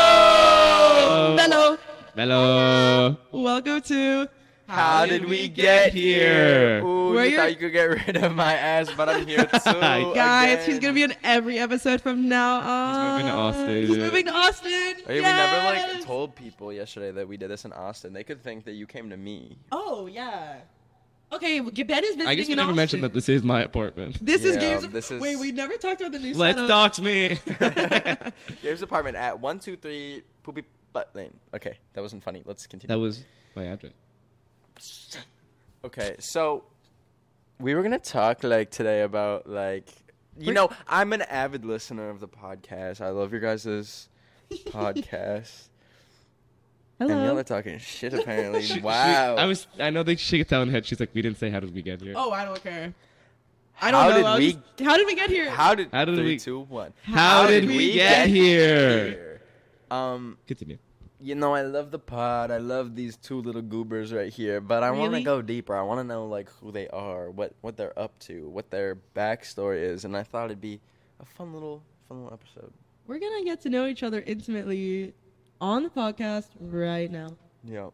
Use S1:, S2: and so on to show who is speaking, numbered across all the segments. S1: Hello. Hello.
S2: Hello.
S1: Welcome to
S3: How did we get here? Ooh,
S1: Were
S3: you
S1: your-
S3: thought you could get rid of my ass, but I'm here too.
S1: Guys, he's
S3: again.
S1: gonna be on every episode from now on.
S2: moving to Austin.
S1: He's moving to Austin.
S3: Hey, we never
S1: Yes.
S3: like told people yesterday that we did this in Austin. They could think that you came to me.
S1: Oh yeah. Okay, well, Ben is visiting
S2: I guess we
S1: in
S2: never
S1: Austin.
S2: mentioned that this is my apartment.
S1: This is
S3: Yeah,
S1: games. of-
S3: this is-
S1: Wait, we never talked about the new.
S2: Let's
S1: setup.
S2: dox me.
S3: that Gabe's apartment at one two three Poopy Butt Lane. Okay, that wasn't funny. Let's continue.
S2: was my address.
S3: Okay, so we were gonna talk like today about like you
S2: We're-
S3: know I'm an avid listener of the podcast. I love your guys' podcast. And y'all
S1: Hello.
S3: are talking shit apparently.
S1: She- she-
S3: wow.
S2: I was. I know that she gets telling head. She's like, we didn't say how did we get here.
S1: Oh, I don't care. I don't
S3: How
S1: know.
S3: did
S1: I was
S3: we-
S1: just- how did we get here?
S3: How did
S2: How did
S3: three,
S2: we-
S3: two, one?
S2: How did we get here?
S3: Um,
S2: Continue.
S3: you know, I love the pod. I love these two little goobers right here, but I want to
S1: Really?
S3: go deeper. I want to know like who they are, what what they're up to, what their backstory is, and I thought it'd be a fun little fun little episode.
S1: We're gonna get to know each other intimately on the podcast right now.
S3: Yeah.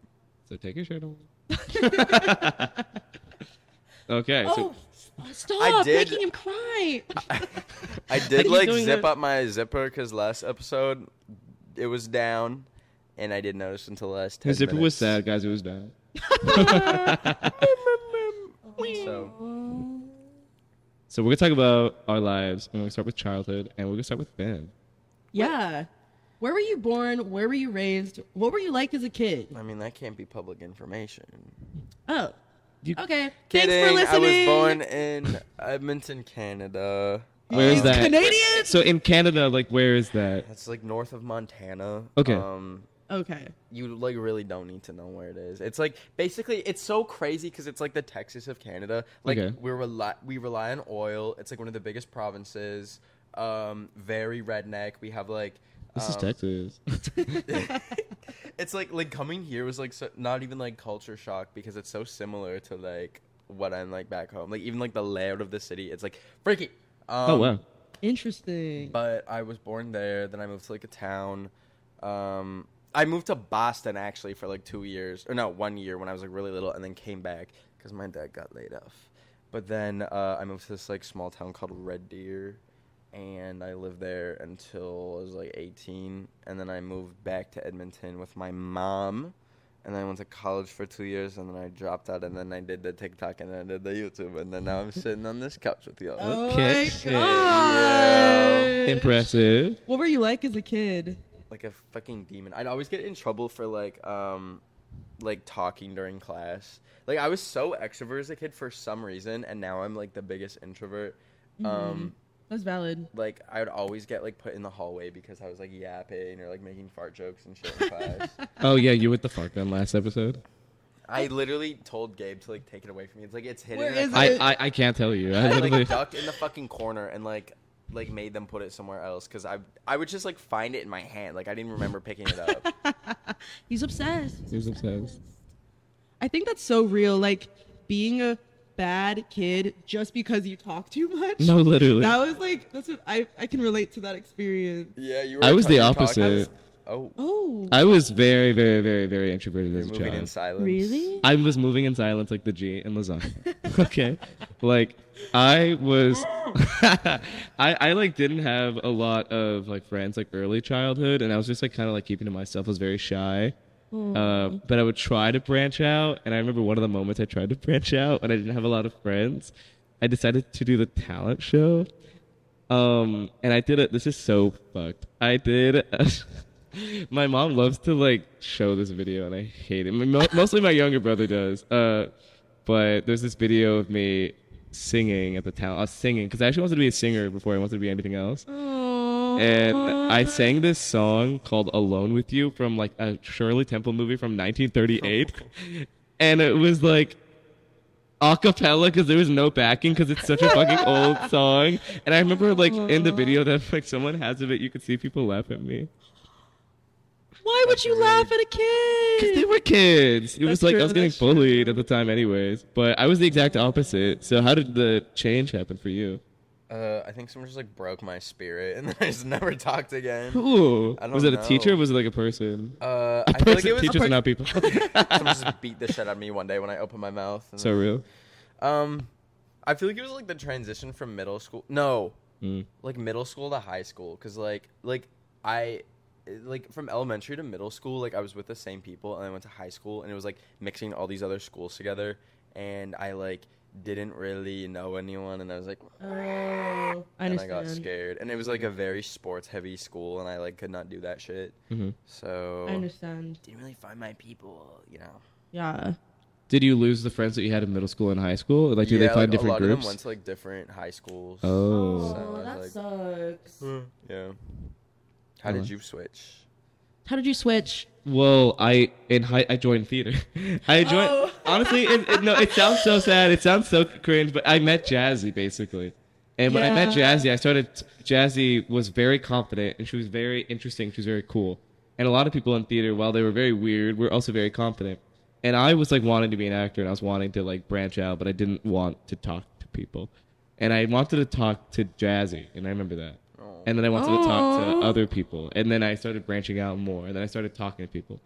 S2: So take your shirt off. okay.
S1: oh,
S2: So
S1: stop
S3: did-
S1: making him cry.
S3: I
S1: I
S3: did
S1: keep
S3: like
S1: doing
S3: zip
S1: the-
S3: up my zipper because last episode it was down, and I didn't notice until the last. 10
S2: his zipper was
S3: minutes.
S2: sad, guys. It was bad.
S3: So
S2: So we're gonna talk about our lives. and We're gonna start with childhood, and we're gonna start with Ben.
S1: yeah. Where were you born? Where were you raised? What were you like as a kid?
S3: I mean that can't be public information.
S1: Oh.
S2: You-
S1: Okay. Thanks for
S3: Kidding. I
S1: listening.
S3: was born in Edmonton, Canada. Um,
S2: Where is
S1: He's
S2: that?
S1: Canadian.
S2: So in Canada, like, where is that?
S3: That's like north of Montana.
S2: Okay.
S3: Um,
S1: Okay.
S3: you like really don't need to know where it is. It's like basically it's so crazy because it's like the Texas of Canada. Like
S2: Okay.
S3: we rely we rely on oil. It's like one of the biggest provinces. Um, very redneck. We have like
S2: This is
S3: um,
S2: Texas.
S3: it's like like coming here was like so, not even like culture shock because it's so similar to like what I'm like back home. Like even like the layout of the city, it's like freaky. Um,
S2: oh wow.
S1: Interesting.
S3: But I was born there. Then I moved to like a town. Um, I moved to Boston actually for like two years, or no, one year when I was like really little, and then came back because my dad got laid off. But then uh, I moved to this like small town called Red Deer, and I lived there until I was like 18, and then I moved back to Edmonton with my mom. And then I went to college for two years, and then I dropped out, and then I did the TikTok, and then I did the YouTube, and then now I'm sitting on this couch with y'all.
S1: oh
S2: Okay.
S1: my god.
S2: Impressive.
S1: What were you like as a kid?
S3: like a fucking demon. I'd always get in trouble for like um like talking during class. Like I was so extrovert as a kid for some reason and now I'm like the biggest introvert. Um
S2: Mm-hmm.
S1: That's valid.
S3: like I would always get like put in the hallway because I was like yapping or like making fart jokes and shit in class.
S2: Oh yeah, you with the fart gun last episode.
S3: I literally told Gabe to like take it away from me. It's like it's hidden.
S1: Where
S3: and I
S1: is
S2: I, I I can't tell you. I
S3: I
S2: literally.
S3: like ducked in the fucking corner and like like made them put it somewhere else because I I would just like find it in my hand. Like I didn't remember picking it up.
S1: He's obsessed.
S2: He was obsessed.
S1: I think that's so real. Like being a bad kid just because you talk too much.
S2: No, literally.
S1: That was like that's what I I can relate to that experience.
S3: yeah, you were.
S2: I was the
S3: you talked-
S2: opposite.
S3: Oh,
S1: Oh.
S2: I was very, very, very, very introverted
S3: you're
S2: as a
S3: moving in
S2: child.
S3: silence.
S1: really?
S2: I was moving in silence like the G in lasagna. okay, like I was, I I like didn't have a lot of like friends like early childhood, and I was just like kind of like keeping to myself. I was very shy. Uh, but I would try to branch out, and I remember one of the moments I tried to branch out when I didn't have a lot of friends. I decided to do the talent show, um, and I did it. This is so fucked. I did. my mom loves to like show this video, and I hate it. My- mo- Mostly my younger brother does. Uh, but there's this video of me singing at the town. I was singing because I actually wanted to be a singer before I wanted to be anything else.
S1: Oh.
S2: And I sang this song called "Alone with You" from like a Shirley Temple movie from 1938, and it was like a cappella because there was no backing because it's such a fucking old song. And I remember like in the video that like someone has of it, you could see people laugh at me
S1: Why would you laugh at a kid?
S2: because they were kids. It was
S1: That's
S2: like
S1: true,
S2: I was getting
S1: that's true.
S2: bullied at the time, anyways. But I was the exact opposite. So how did the change happen for you?
S3: uh, I think someone just like broke my spirit, and then I just never talked again.
S2: Ooh.
S3: I don't
S2: Was it a teacher
S3: know.
S2: or was it like a person?
S3: Uh,
S2: A
S3: I feel like
S2: person-
S3: it was a
S2: teachers
S3: per-
S2: are not people.
S3: someone just beat the shit out of me one day when I opened my mouth. and
S2: so real.
S3: Um, I feel like it was like the transition from middle school. No,
S2: Mm.
S3: like middle school to high school, because like like I like from elementary to middle school, like I was with the same people, and I went to high school, and it was like mixing all these other schools together, and I like didn't really know anyone, and I was like,
S1: Oh, I
S3: and I
S1: understand.
S3: got scared, and it was like a very sports heavy school, and I like could not do that shit,
S2: hmm
S3: so
S1: I understand.
S3: didn't really find my people, you know.
S1: Yeah.
S2: Did you lose the friends that you had in middle school and high school? Like, do they
S3: Yeah,
S2: find
S3: like, a
S2: different
S3: lot of them went
S2: groups?
S3: to like different high schools.
S2: Oh.
S3: So I was
S1: that
S3: like-
S1: sucks.
S3: Yeah. How
S2: Really?
S3: did you switch?
S1: How did you switch?
S2: Well, I in high, I joined theater. I joined.
S1: Oh.
S2: Honestly, it, it, no, it sounds so sad. It sounds so cringe, but I met Jazzy basically, and when I met
S1: Yeah.
S2: Jazzy, I started. Jazzy was very confident, and she was very interesting. She was very cool, and a lot of people in theater, while they were very weird, were also very confident. And I was like wanting to be an actor, and I was wanting to like branch out, but I didn't want to talk to people, and I wanted to talk to Jazzy, and I remember that.
S1: Oh.
S2: And then I wanted to talk to
S1: Aw.
S2: other other people and then i started branching out more and then i started talking to people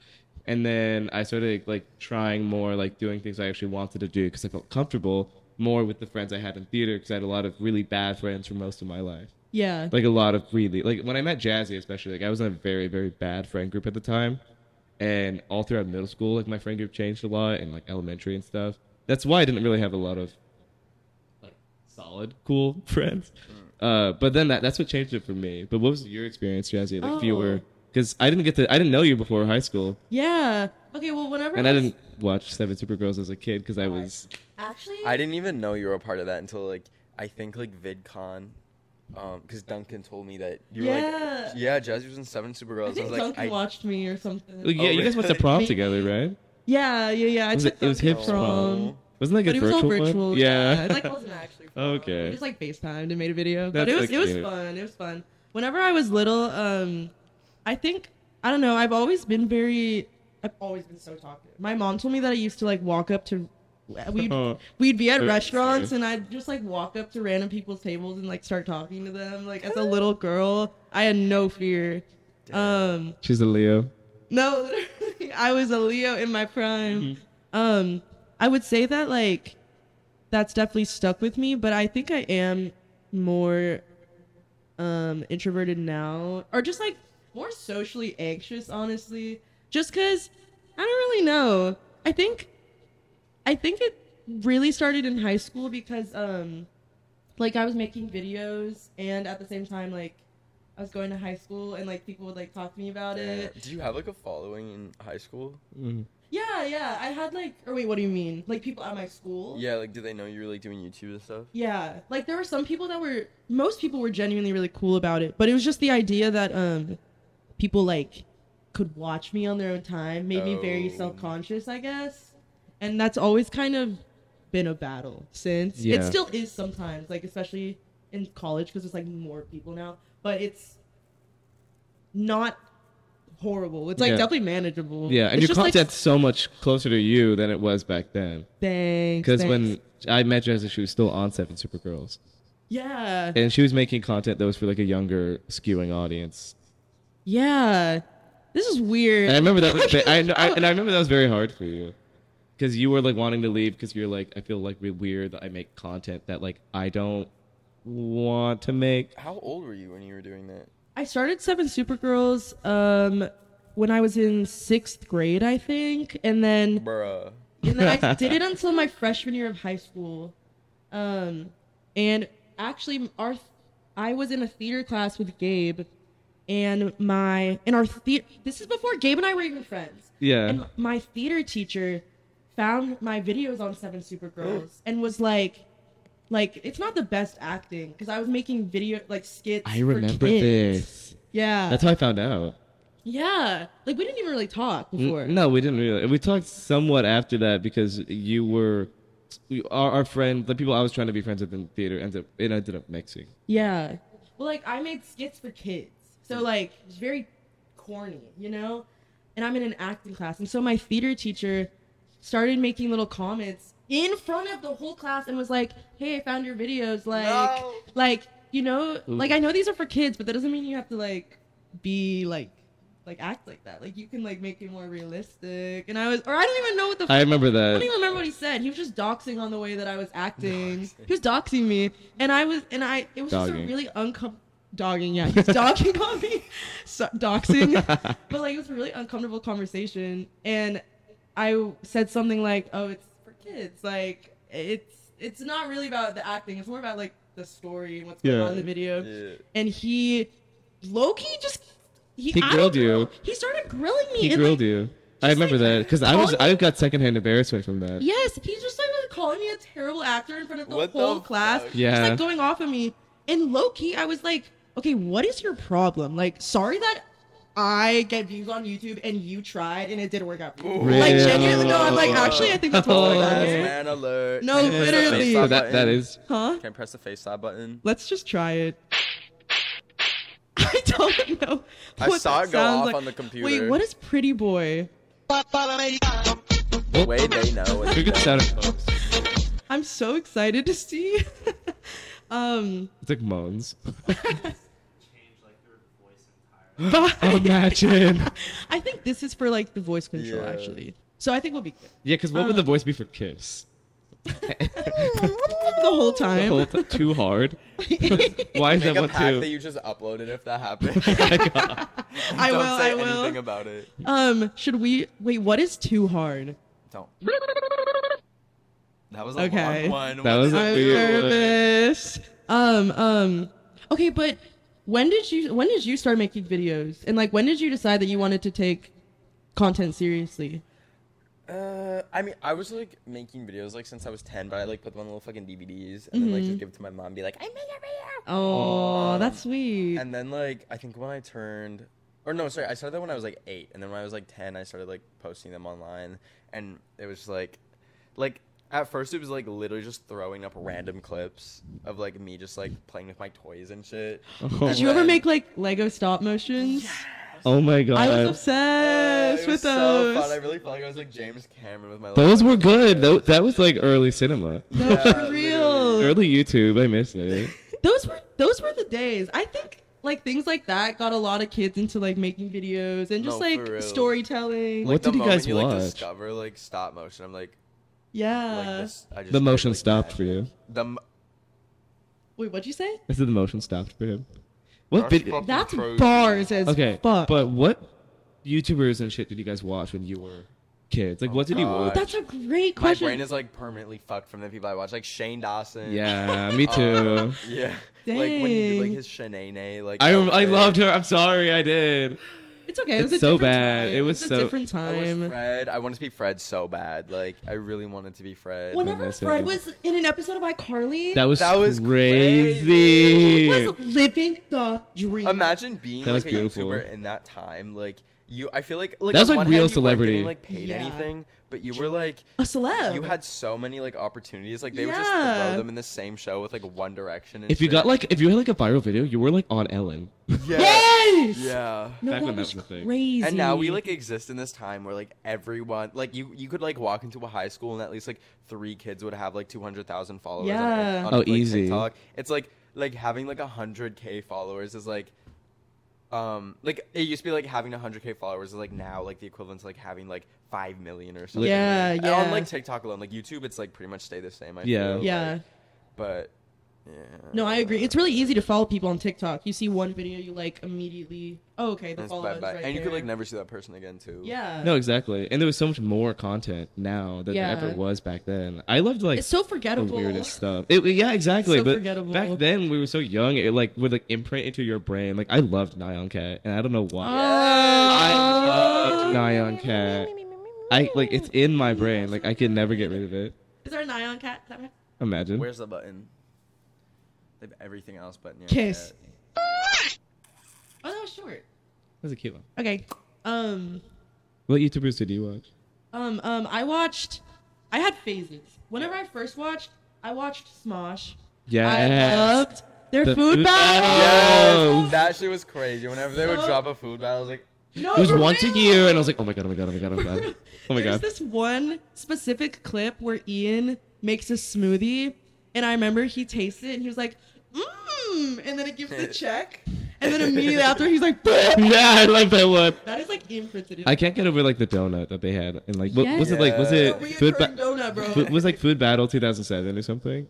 S2: and then i started like trying more like doing things i actually wanted to do because i felt comfortable more with the friends i had in theater because i had a lot of really bad friends for most of my life
S1: Yeah.
S2: like a lot of really like when i met jazzy especially like i was in a very very bad friend group at the time and all throughout middle school like my friend group changed a lot and like elementary and stuff that's why i didn't really have a lot of like solid cool friends
S1: Hmm.
S2: uh but then that that's what changed it for me but what was your experience jazzy like if you
S1: Oh.
S2: were because i didn't get to i didn't know you before high school
S1: yeah. Okay, well, whenever.
S2: and i
S1: was-
S2: didn't watch seven supergirls as a kid
S1: Oh,
S2: because i was
S1: Actually,
S3: I didn't even know you were a part of that until like I think like VidCon. Um, because Duncan told me that you were
S1: Yeah.
S3: like, yeah, Jazzy was in Seven Supergirls.
S1: I think
S3: I was like,
S1: Duncan
S3: I,
S1: watched me or something.
S2: Like, yeah you guys went to
S3: really?
S2: prom
S1: Maybe.
S2: together right
S1: yeah, yeah, yeah. I
S2: was it,
S1: took
S2: it was
S1: Duncan
S2: hips
S1: from-
S2: prom wasn't that like
S1: But
S2: a
S1: it was all
S2: virtual, one?
S1: virtual.
S2: yeah,
S1: it, like wasn't actually. Fun.
S2: Okay.
S1: We just like FaceTimed and made a video, but
S2: That's,
S1: it was
S2: like,
S1: it was
S2: cute.
S1: fun. It was fun. Whenever I was little, um, I think I don't know. I've always been very. I've always been so talkative. My mom told me that I used to like walk up to. We'd,
S2: Oh.
S1: we'd be at
S2: Uh,
S1: restaurants and I'd just like walk up to random people's tables and like start talking to them. Like as a little girl, I had no fear. Um,
S2: she's a leo
S1: no, literally, I was a Leo in my prime. Um, I would say that like that's definitely stuck with me, but I think I am more um introverted now or just like more socially anxious, honestly, just cuz I don't really know. I think I think it really started in high school because um like I was making videos and at the same time like I was going to high school and like people would like talk to me about
S3: Damn.
S1: it.
S3: Did you have like a following in high school?
S1: Mm-hmm.
S2: Mm.
S1: Yeah, yeah. I had like, or wait, what do you mean? Like people at my school?
S3: Yeah, like, did they know you were like doing YouTube and stuff?
S1: Yeah. Like there were some people that were, most people were genuinely really cool about it, but it was just the idea that um, people like could watch me on their own time made me very
S3: Oh.
S1: self conscious, I guess. And that's always kind of been a battle since. It
S2: Yeah.
S1: still is sometimes, like especially in college because there's like more people now, but it's not horrible. It's like
S2: Yeah.
S1: definitely manageable.
S2: Yeah, and
S1: it's
S2: your
S1: just, like,
S2: content's so much closer to you than it was back then.
S1: thanks.
S2: Because
S1: thanks.
S2: when I met Jessica, she was still on Seven Supergirls,
S1: Yeah.
S2: and she was making content that was for like a younger skewing audience.
S1: Yeah. This is
S2: And I
S1: weird.
S2: remember that was, ve- I, I- and I remember that was very hard for you, because you were like wanting to leave because you're like, I feel like really weird that I make content that like I don't want to make.
S3: How old were you when you were doing that?
S1: I started Seven Supergirls um when I was in sixth grade, I think. And then
S3: Bruh.
S1: and then I did it until my freshman year of high school. Um, and actually, our th- I was in a theater class with Gabe, and my and our theater. This is before Gabe and I were even friends.
S2: Yeah.
S1: And my theater teacher found my videos on Seven Supergirls and was like, like it's not the best acting because I was making video like skits.
S2: I
S1: for
S2: remember
S1: kids.
S2: this.
S1: Yeah.
S2: That's how I found out.
S1: yeah. Like we didn't even really talk
S2: N-
S1: before.
S2: No, we didn't really. We talked somewhat after that because you were we- our, our friend, the people I was trying to be friends with in theater, ended up it ended up mixing.
S1: Yeah. Well, like I made skits for kids, so like it's very corny, you know. And I'm in an acting class, and so my theater teacher started making little comments in front of the whole class and was like, "Hey, I found your videos. Like,
S3: No.
S1: like you know,
S2: Ooh.
S1: like I know these are for kids, but that doesn't mean you have to like be like." Like act like that. Like you can like make it more realistic. And I was, or I don't even know what the.
S2: I remember
S1: I don't
S2: that.
S1: even remember what he said. He was just doxing on the way that I was acting. He was doxing me, and I was, and I. It was just
S2: Dogging.
S1: a really uncomfortable dogging. Yeah, he's dogging on me, so, doxing. but like, it was a really uncomfortable conversation, and I said something like, "Oh, it's for kids. Like, it's it's not really about the acting. It's more about like the story and what's going
S2: Yeah.
S1: on in the video."
S3: Yeah.
S1: And he, Loki, just he,
S2: He
S1: I
S2: grilled
S1: don't know.
S2: you.
S1: He started grilling me.
S2: He
S1: and,
S2: grilled
S1: like,
S2: you. I
S1: just,
S2: remember
S1: like,
S2: that because I was
S1: calling
S2: I got secondhand embarrassment from that.
S1: Yes, he's just like calling me a terrible actor in front of the
S3: What the
S1: whole class.
S3: fuck?
S2: Yeah.
S1: Just like going off on me. And low key, I was like, okay, what is your problem? Like, sorry that I get views on YouTube and you tried and it didn't work out. for you. Like,
S2: Really?
S1: genuinely, no, I'm like, actually, I think that's
S2: Oh.
S1: totally
S3: Class
S1: okay.
S3: man alert.
S1: No,
S3: Can I press the
S1: literally.
S3: face
S2: So
S3: stop
S2: that that
S3: button?
S2: is
S1: Huh?
S3: Can I press the face stop button?
S1: Let's just try it. I don't know.
S3: I
S1: what
S3: saw
S1: that
S3: it go
S1: sounds
S3: off
S1: like.
S3: on the computer.
S1: Wait, what is Pretty Boy?
S3: The way they know.
S2: we
S3: It.
S2: could sound effects.
S1: I'm so excited to see. um,
S2: It's like moans.
S4: change like their voice entirely.
S2: Oh,
S1: bye.
S2: Imagine.
S1: I think this is for like the voice control
S3: Yeah.
S1: actually. So I think we'll be good
S2: Yeah, because what would the voice be for Kiss?
S1: the whole
S2: The
S1: time.
S2: whole t- too hard. Why is
S3: Make
S2: that
S3: a
S2: one
S3: pack that
S2: too?
S3: you just uploaded if that happens.
S1: I
S3: Don't
S1: will.
S3: say
S1: I
S3: anything
S1: will.
S3: about it.
S1: Um, should we wait? What is too hard?
S3: Don't. That was a
S1: Okay.
S3: long one.
S2: That was
S1: I'm
S2: Wait, what?
S1: nervous. Um, um. Okay, but when did you when did you start making videos? And like, when did you decide that you wanted to take content seriously?
S3: Uh, I mean, I was like making videos like since I was ten, but I like put them on little fucking DVDs and then like
S1: Mm-hmm.
S3: just give it to my mom, and be like, I made a video.
S1: Oh,
S3: Um,
S1: that's sweet.
S3: And then like I think when I turned, or no, sorry, I started that when I was like eight, and then when I was like ten, I started like posting them online, and it was just, like, like at first it was like literally just throwing up random clips of like me just like playing with my toys and shit.
S2: Oh,
S1: did you ever
S3: then-
S1: make like Lego stop motions?
S2: oh my god.
S1: I was
S3: Uh,
S1: obsessed
S3: it
S1: with
S3: was
S1: those.
S3: So fun. I really felt like I was like James Cameron with my.
S2: Those
S3: life.
S2: were good. That, that was like early cinema.
S1: No,
S3: Yeah,
S1: for
S3: literally.
S1: real.
S2: Early YouTube. I missed it.
S1: those were those were the days. I think like things like that got a lot of kids into like making videos and just
S3: No, for
S1: like
S3: real.
S1: storytelling.
S2: What
S3: the
S2: did you guys
S3: moment Like,
S2: watch?
S3: discover like stop motion. I'm like,
S1: yeah.
S3: like this. I just
S2: The
S3: did,
S2: motion
S3: like,
S2: stopped
S3: that.
S2: for you.
S3: The m-
S1: Wait, what'd you say?
S2: I said the motion stopped for him. What
S3: That's
S2: vid-
S3: fucking
S1: That's
S3: crazy.
S1: bars as
S2: Okay,
S1: fuck.
S2: but what YouTubers and shit did you guys watch when you were kids? Like, what did you
S3: Oh, God.
S2: watch?
S1: that's a great
S3: My
S1: question.
S3: brain is like permanently fucked from the people I watch, like Shane Dawson.
S2: Yeah, me too.
S3: Um, yeah. Like when he did like
S1: Dang.
S3: his shenane, like
S2: I rem- I
S3: outfit.
S2: loved her. I'm sorry, I did.
S1: it's okay. It was
S2: it's
S1: a
S2: so
S1: different
S2: bad.
S1: time.
S2: It was
S1: a
S2: so-
S1: different
S3: I was
S1: time.
S3: Fred. I wanted to be Fred so bad. Like I really wanted to be Fred.
S1: Whenever
S2: That's it.
S1: Fred was in an episode of iCarly,
S2: That was
S3: That was
S2: crazy.
S1: he was living the dream.
S3: Imagine being
S2: That was
S3: like a
S2: beautiful.
S3: YouTuber in that time. Like you, I feel like like
S2: That was,
S3: on
S2: like,
S3: one hand,
S2: real
S3: you weren't
S2: celebrity.
S3: getting, like paid
S1: Yeah.
S3: anything, but you were like
S1: a celeb.
S3: you had so many like opportunities. Like they would just
S1: Yeah.
S3: throw them in the same show with like One Direction. And
S2: if you
S3: shit.
S2: got like, if you had like a viral video, you were like on Ellen.
S3: yeah,
S1: yes.
S3: yeah.
S1: No,
S2: Back
S1: that
S2: when that
S1: was
S2: was a thing.
S1: crazy.
S3: And now we like exist in this time where like everyone like you you could like walk into a high school and at least like three kids would have like two hundred thousand followers.
S1: Yeah.
S3: On, on,
S2: Oh,
S3: like,
S2: easy.
S3: TikTok. It's like like having like hundred k followers is like. Um, like it used to be like having 100k followers is like now like the equivalent to like having like 5 million or something.
S1: Yeah,
S3: And
S1: yeah.
S3: On like TikTok alone, like YouTube, it's like pretty much stay the same. I
S2: Yeah.
S3: feel,
S1: yeah.
S3: like, but yeah.
S1: No, I agree. It's really easy to follow people on TikTok. You see one video, you like immediately. Oh, okay, the
S3: It's
S1: follow
S3: bye
S1: button's
S3: bye.
S1: right
S3: and you could
S1: there."
S3: like never see that person again too.
S1: Yeah.
S2: No, exactly. And there was so much more content now than
S1: Yeah.
S2: there ever was back then. I loved like
S1: it's so
S2: the
S1: forgettable.
S2: weirdest stuff. It, yeah, exactly.
S1: So
S2: but
S1: forgettable.
S2: back then we were so young. It like would like imprint into your brain. Like I loved Nyan Cat, and I don't know why.
S1: Oh.
S2: Nyan Cat. I like it's in my brain. Like I could never get rid of it.
S1: Is there a Nyan cat? Is that right?
S2: Imagine.
S3: Where's the button? They have everything else but near
S1: Kiss.
S3: that.
S1: Oh, that was short.
S2: That's a cute one.
S1: Okay. Um,
S2: What YouTubers did you watch?
S1: um, um. I watched. I had phases. Whenever I first watched, I watched Smosh. I loved their
S2: The
S1: food
S2: food
S1: battle.
S2: battle. Oh.
S3: That shit was crazy. Whenever they would
S1: So-
S3: drop a food battle, I was like,
S1: No,
S2: it was
S1: for
S2: once a
S1: real.
S2: year, and I was like, oh my god, oh my god, oh my god, oh my god, oh my
S1: There's
S2: god.
S1: this one specific clip where Ian makes a smoothie, and I remember he tasted it and he was like, mmm, and then it gives the check, and then immediately after he's like, "Bleh."
S2: Yeah, I like that one.
S1: that is like imprinted.
S2: I can't get over like the donut that they had, and like what was it like? Was
S3: Yes.
S2: it food? Ba-
S1: donut, bro.
S2: food, was like food battle 2007 or something?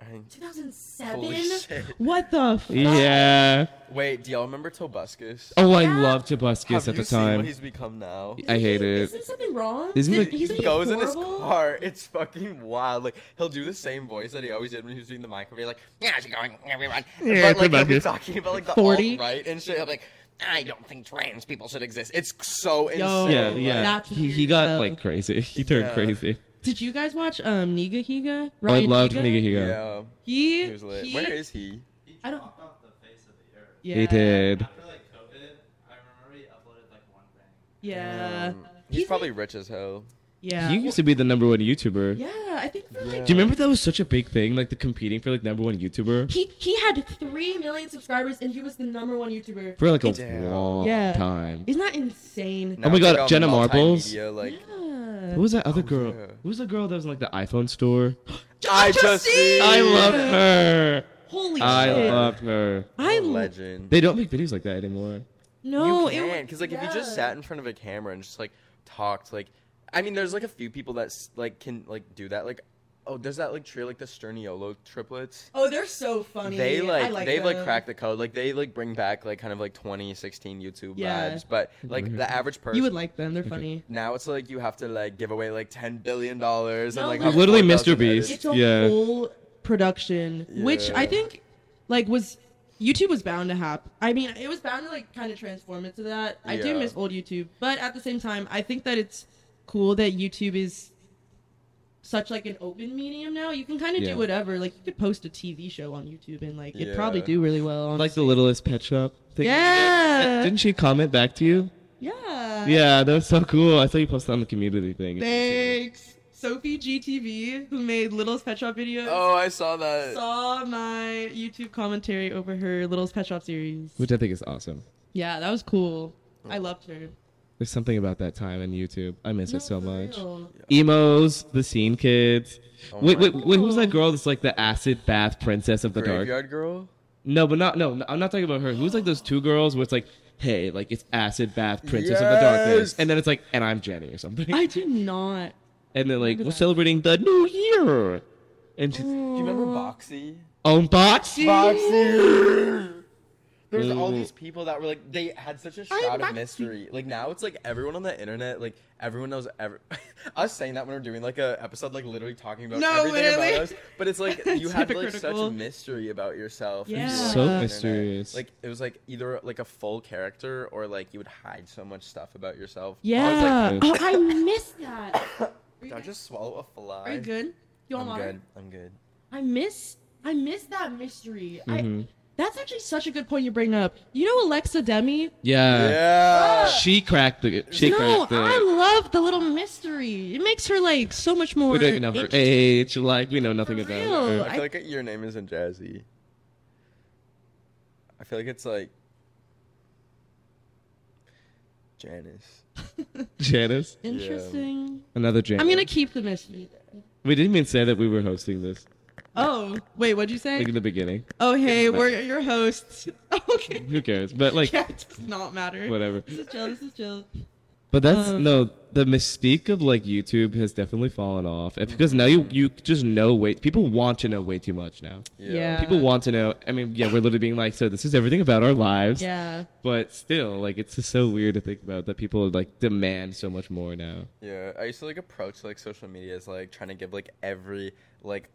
S3: And-
S5: 2007.
S3: Holy shit.
S1: What the? F-
S2: Yeah.
S3: Wait, do y'all remember Tobuscus?
S2: Oh, I
S5: Yeah.
S2: loved Tobuscus
S3: Have
S2: at
S3: you
S2: the
S3: seen what
S2: time.
S3: he's become now?
S2: I hate
S5: Is
S2: it.
S5: there something wrong?
S2: Isn't
S5: Did-
S2: it-
S5: he's
S3: He
S5: being
S3: goes in his
S5: horrible?
S3: car. It's fucking wild. Like he'll do the same voice that he always did when he was doing the microphone. He's like,
S6: Yeah, how's it going, everyone?
S2: Yeah,
S6: but, like,
S2: pretty
S6: he'll be
S2: much.
S6: talking about like the
S1: 40.
S6: right and shit. I'm like, I don't think trans people should exist. It's so insane.
S1: Yo.
S2: Yeah,
S1: Oh,
S2: yeah.
S1: that's
S2: He, he
S1: weird,
S2: got
S1: though.
S2: like crazy. He turned
S3: Yeah.
S2: crazy.
S1: Did you guys watch um Niga Higa?
S2: Oh, I loved Nigga
S3: yeah,
S2: Higa.
S1: He,
S3: he was lit.
S1: he-
S3: Where is he?
S4: He
S1: I don't-
S4: dropped off the face of the earth.
S1: Yeah.
S2: He did.
S4: After like COVID, I remember he uploaded like one thing.
S1: Yeah.
S2: Mm.
S3: Um, he's,
S1: He's
S3: probably rich as hell.
S1: yeah.
S2: He used to be the number one YouTuber.
S1: yeah, I think for like
S2: Do you remember that was such a big thing? Like the competing for like number one YouTuber
S5: He he had three million subscribers and he was the number one YouTuber.
S2: for like a
S3: Damn.
S2: long
S1: Yeah.
S2: time.
S1: isn't that insane?
S3: Now
S2: Oh my
S3: it's,
S2: God,
S3: all
S2: Jenna Marbles?
S3: multimedia, Like,
S1: yeah.
S2: Who was that other girl?
S3: Oh, yeah.
S2: Who was the girl that was in like the iPhone store?
S3: I just
S1: Justine!
S2: I
S3: seen-
S2: love her.
S1: Holy
S2: I
S1: shit!
S2: loved her.
S1: I
S3: What a
S1: lo-
S3: legend.
S2: They don't make videos like that anymore.
S1: no,
S3: you
S1: it wa-
S3: can because like if you just
S1: yeah.
S3: sat in front of a camera and just like talked, like I mean, there's like a few people that s- like can like do that. Like, oh, there's that like trio, like the Sterniolo triplets.
S1: Oh, they're so funny.
S3: They
S1: I
S3: like, they've like
S1: them.
S3: cracked the code. Like they like bring back like kind of like 2016 YouTube
S1: Yeah.
S3: vibes. But like
S2: Mm-hmm.
S3: the average person
S1: You would like them. They're funny.
S3: now it's like you have to like give away like 10 billion dollars and
S1: No,
S3: like
S1: like-
S3: have
S2: Literally
S3: 4,000
S2: Mr. Beast.
S1: It's a
S2: Yeah.
S1: whole production, which I
S3: Yeah.
S1: think, like, was YouTube was bound to happen. I mean, it was bound to like kind of transform into that. I do
S3: Yeah.
S1: miss old YouTube, but at the same time, I think that it's cool that YouTube is such like an open medium now. You can kind of
S2: Yeah.
S1: do whatever. Like, you could post a TV show on YouTube and like it'd probably
S3: Yeah.
S1: do really well. On
S2: Like the littlest pet shop thing.
S1: yeah,
S2: Didn't she comment back to you?
S1: yeah,
S2: Yeah, that was so cool. I saw you posted on the community thing.
S1: Thanks, Sophie GTV, who made Little's Pet Shop videos.
S3: Oh, I saw that.
S1: saw my YouTube commentary over her Little's Pet Shop series.
S2: Which I think is awesome.
S1: Yeah, that was cool. I
S3: Oh.
S1: loved her.
S2: There's something about that time in YouTube. I miss
S1: No,
S2: it so
S1: for
S2: much.
S1: real.
S2: Emos, the scene kids.
S3: Oh
S2: wait,
S3: my
S2: wait, wait, who's that girl that's like the acid bath princess of the dark?
S3: Graveyard Girl.
S2: No, but not, no, I'm not talking about her. Who's like those two girls where it's like, hey, like it's acid bath princess of the darkness.
S3: Yes!
S2: And then it's like, and I'm Jenny or something.
S1: I do not.
S2: and then like,
S1: remember
S2: we're
S1: that.
S2: celebrating the new year. And she's,
S3: Do you remember Boxy?
S2: unboxing.
S3: Boxy. There's all
S2: Mm.
S3: these people that were like they had such a shroud
S1: Boxy.
S3: of mystery. Like now it's like everyone on the internet, like everyone knows every us saying that when we're doing like a episode, like literally talking about
S1: No,
S3: everything
S1: literally.
S3: about us. But it's like
S1: It's
S3: you had like such
S1: hypocritical.
S3: a mystery about yourself. if
S1: Yeah.
S3: you were on
S1: So
S3: the internet.
S2: mysterious.
S3: Like it was like either like a full character or like you would hide so much stuff about yourself.
S1: Yeah.
S2: like, uh,
S1: oh,
S5: I missed that.
S3: I was like, Did I just swallow a fly?
S1: Are you good? You want
S3: I'm
S1: water?
S3: good. I'm good.
S5: I miss
S1: I miss that mystery. I,
S2: Mhm.
S1: that's actually such a good point you bring up. You know Alexa Demi?
S2: Yeah.
S3: Yeah.
S2: She cracked the. She
S1: no,
S2: cracked the.
S1: I love the little mystery. It makes her like so much more.
S2: we don't know her
S1: int-
S2: age. Like we know nothing
S1: For
S2: about
S1: real.
S2: her.
S3: I feel like your name isn't Jazzy. I feel like it's like Janice.
S2: Janice,
S1: Interesting.
S2: another Janice.
S1: I'm gonna keep the mystery. there.
S2: We didn't even say that we were hosting this
S1: Oh wait, what'd you say?
S2: like in the beginning.
S1: Oh hey, we're your hosts. okay.
S2: Who cares? But like
S1: yeah, it does not matter.
S2: whatever.
S1: This is chill. This is chill.
S2: But that's
S1: Um,
S2: no. The mystique of like YouTube has definitely fallen off If- because now you you just know way people want to know way too much now.
S1: Yeah.
S2: People want to know. I mean, yeah, we're literally being like, so this is everything about our lives.
S1: Yeah.
S2: But still, like, it's just so weird to think about that people like demand so much more now.
S3: Yeah. I used to like approach like social media as like trying to give like every like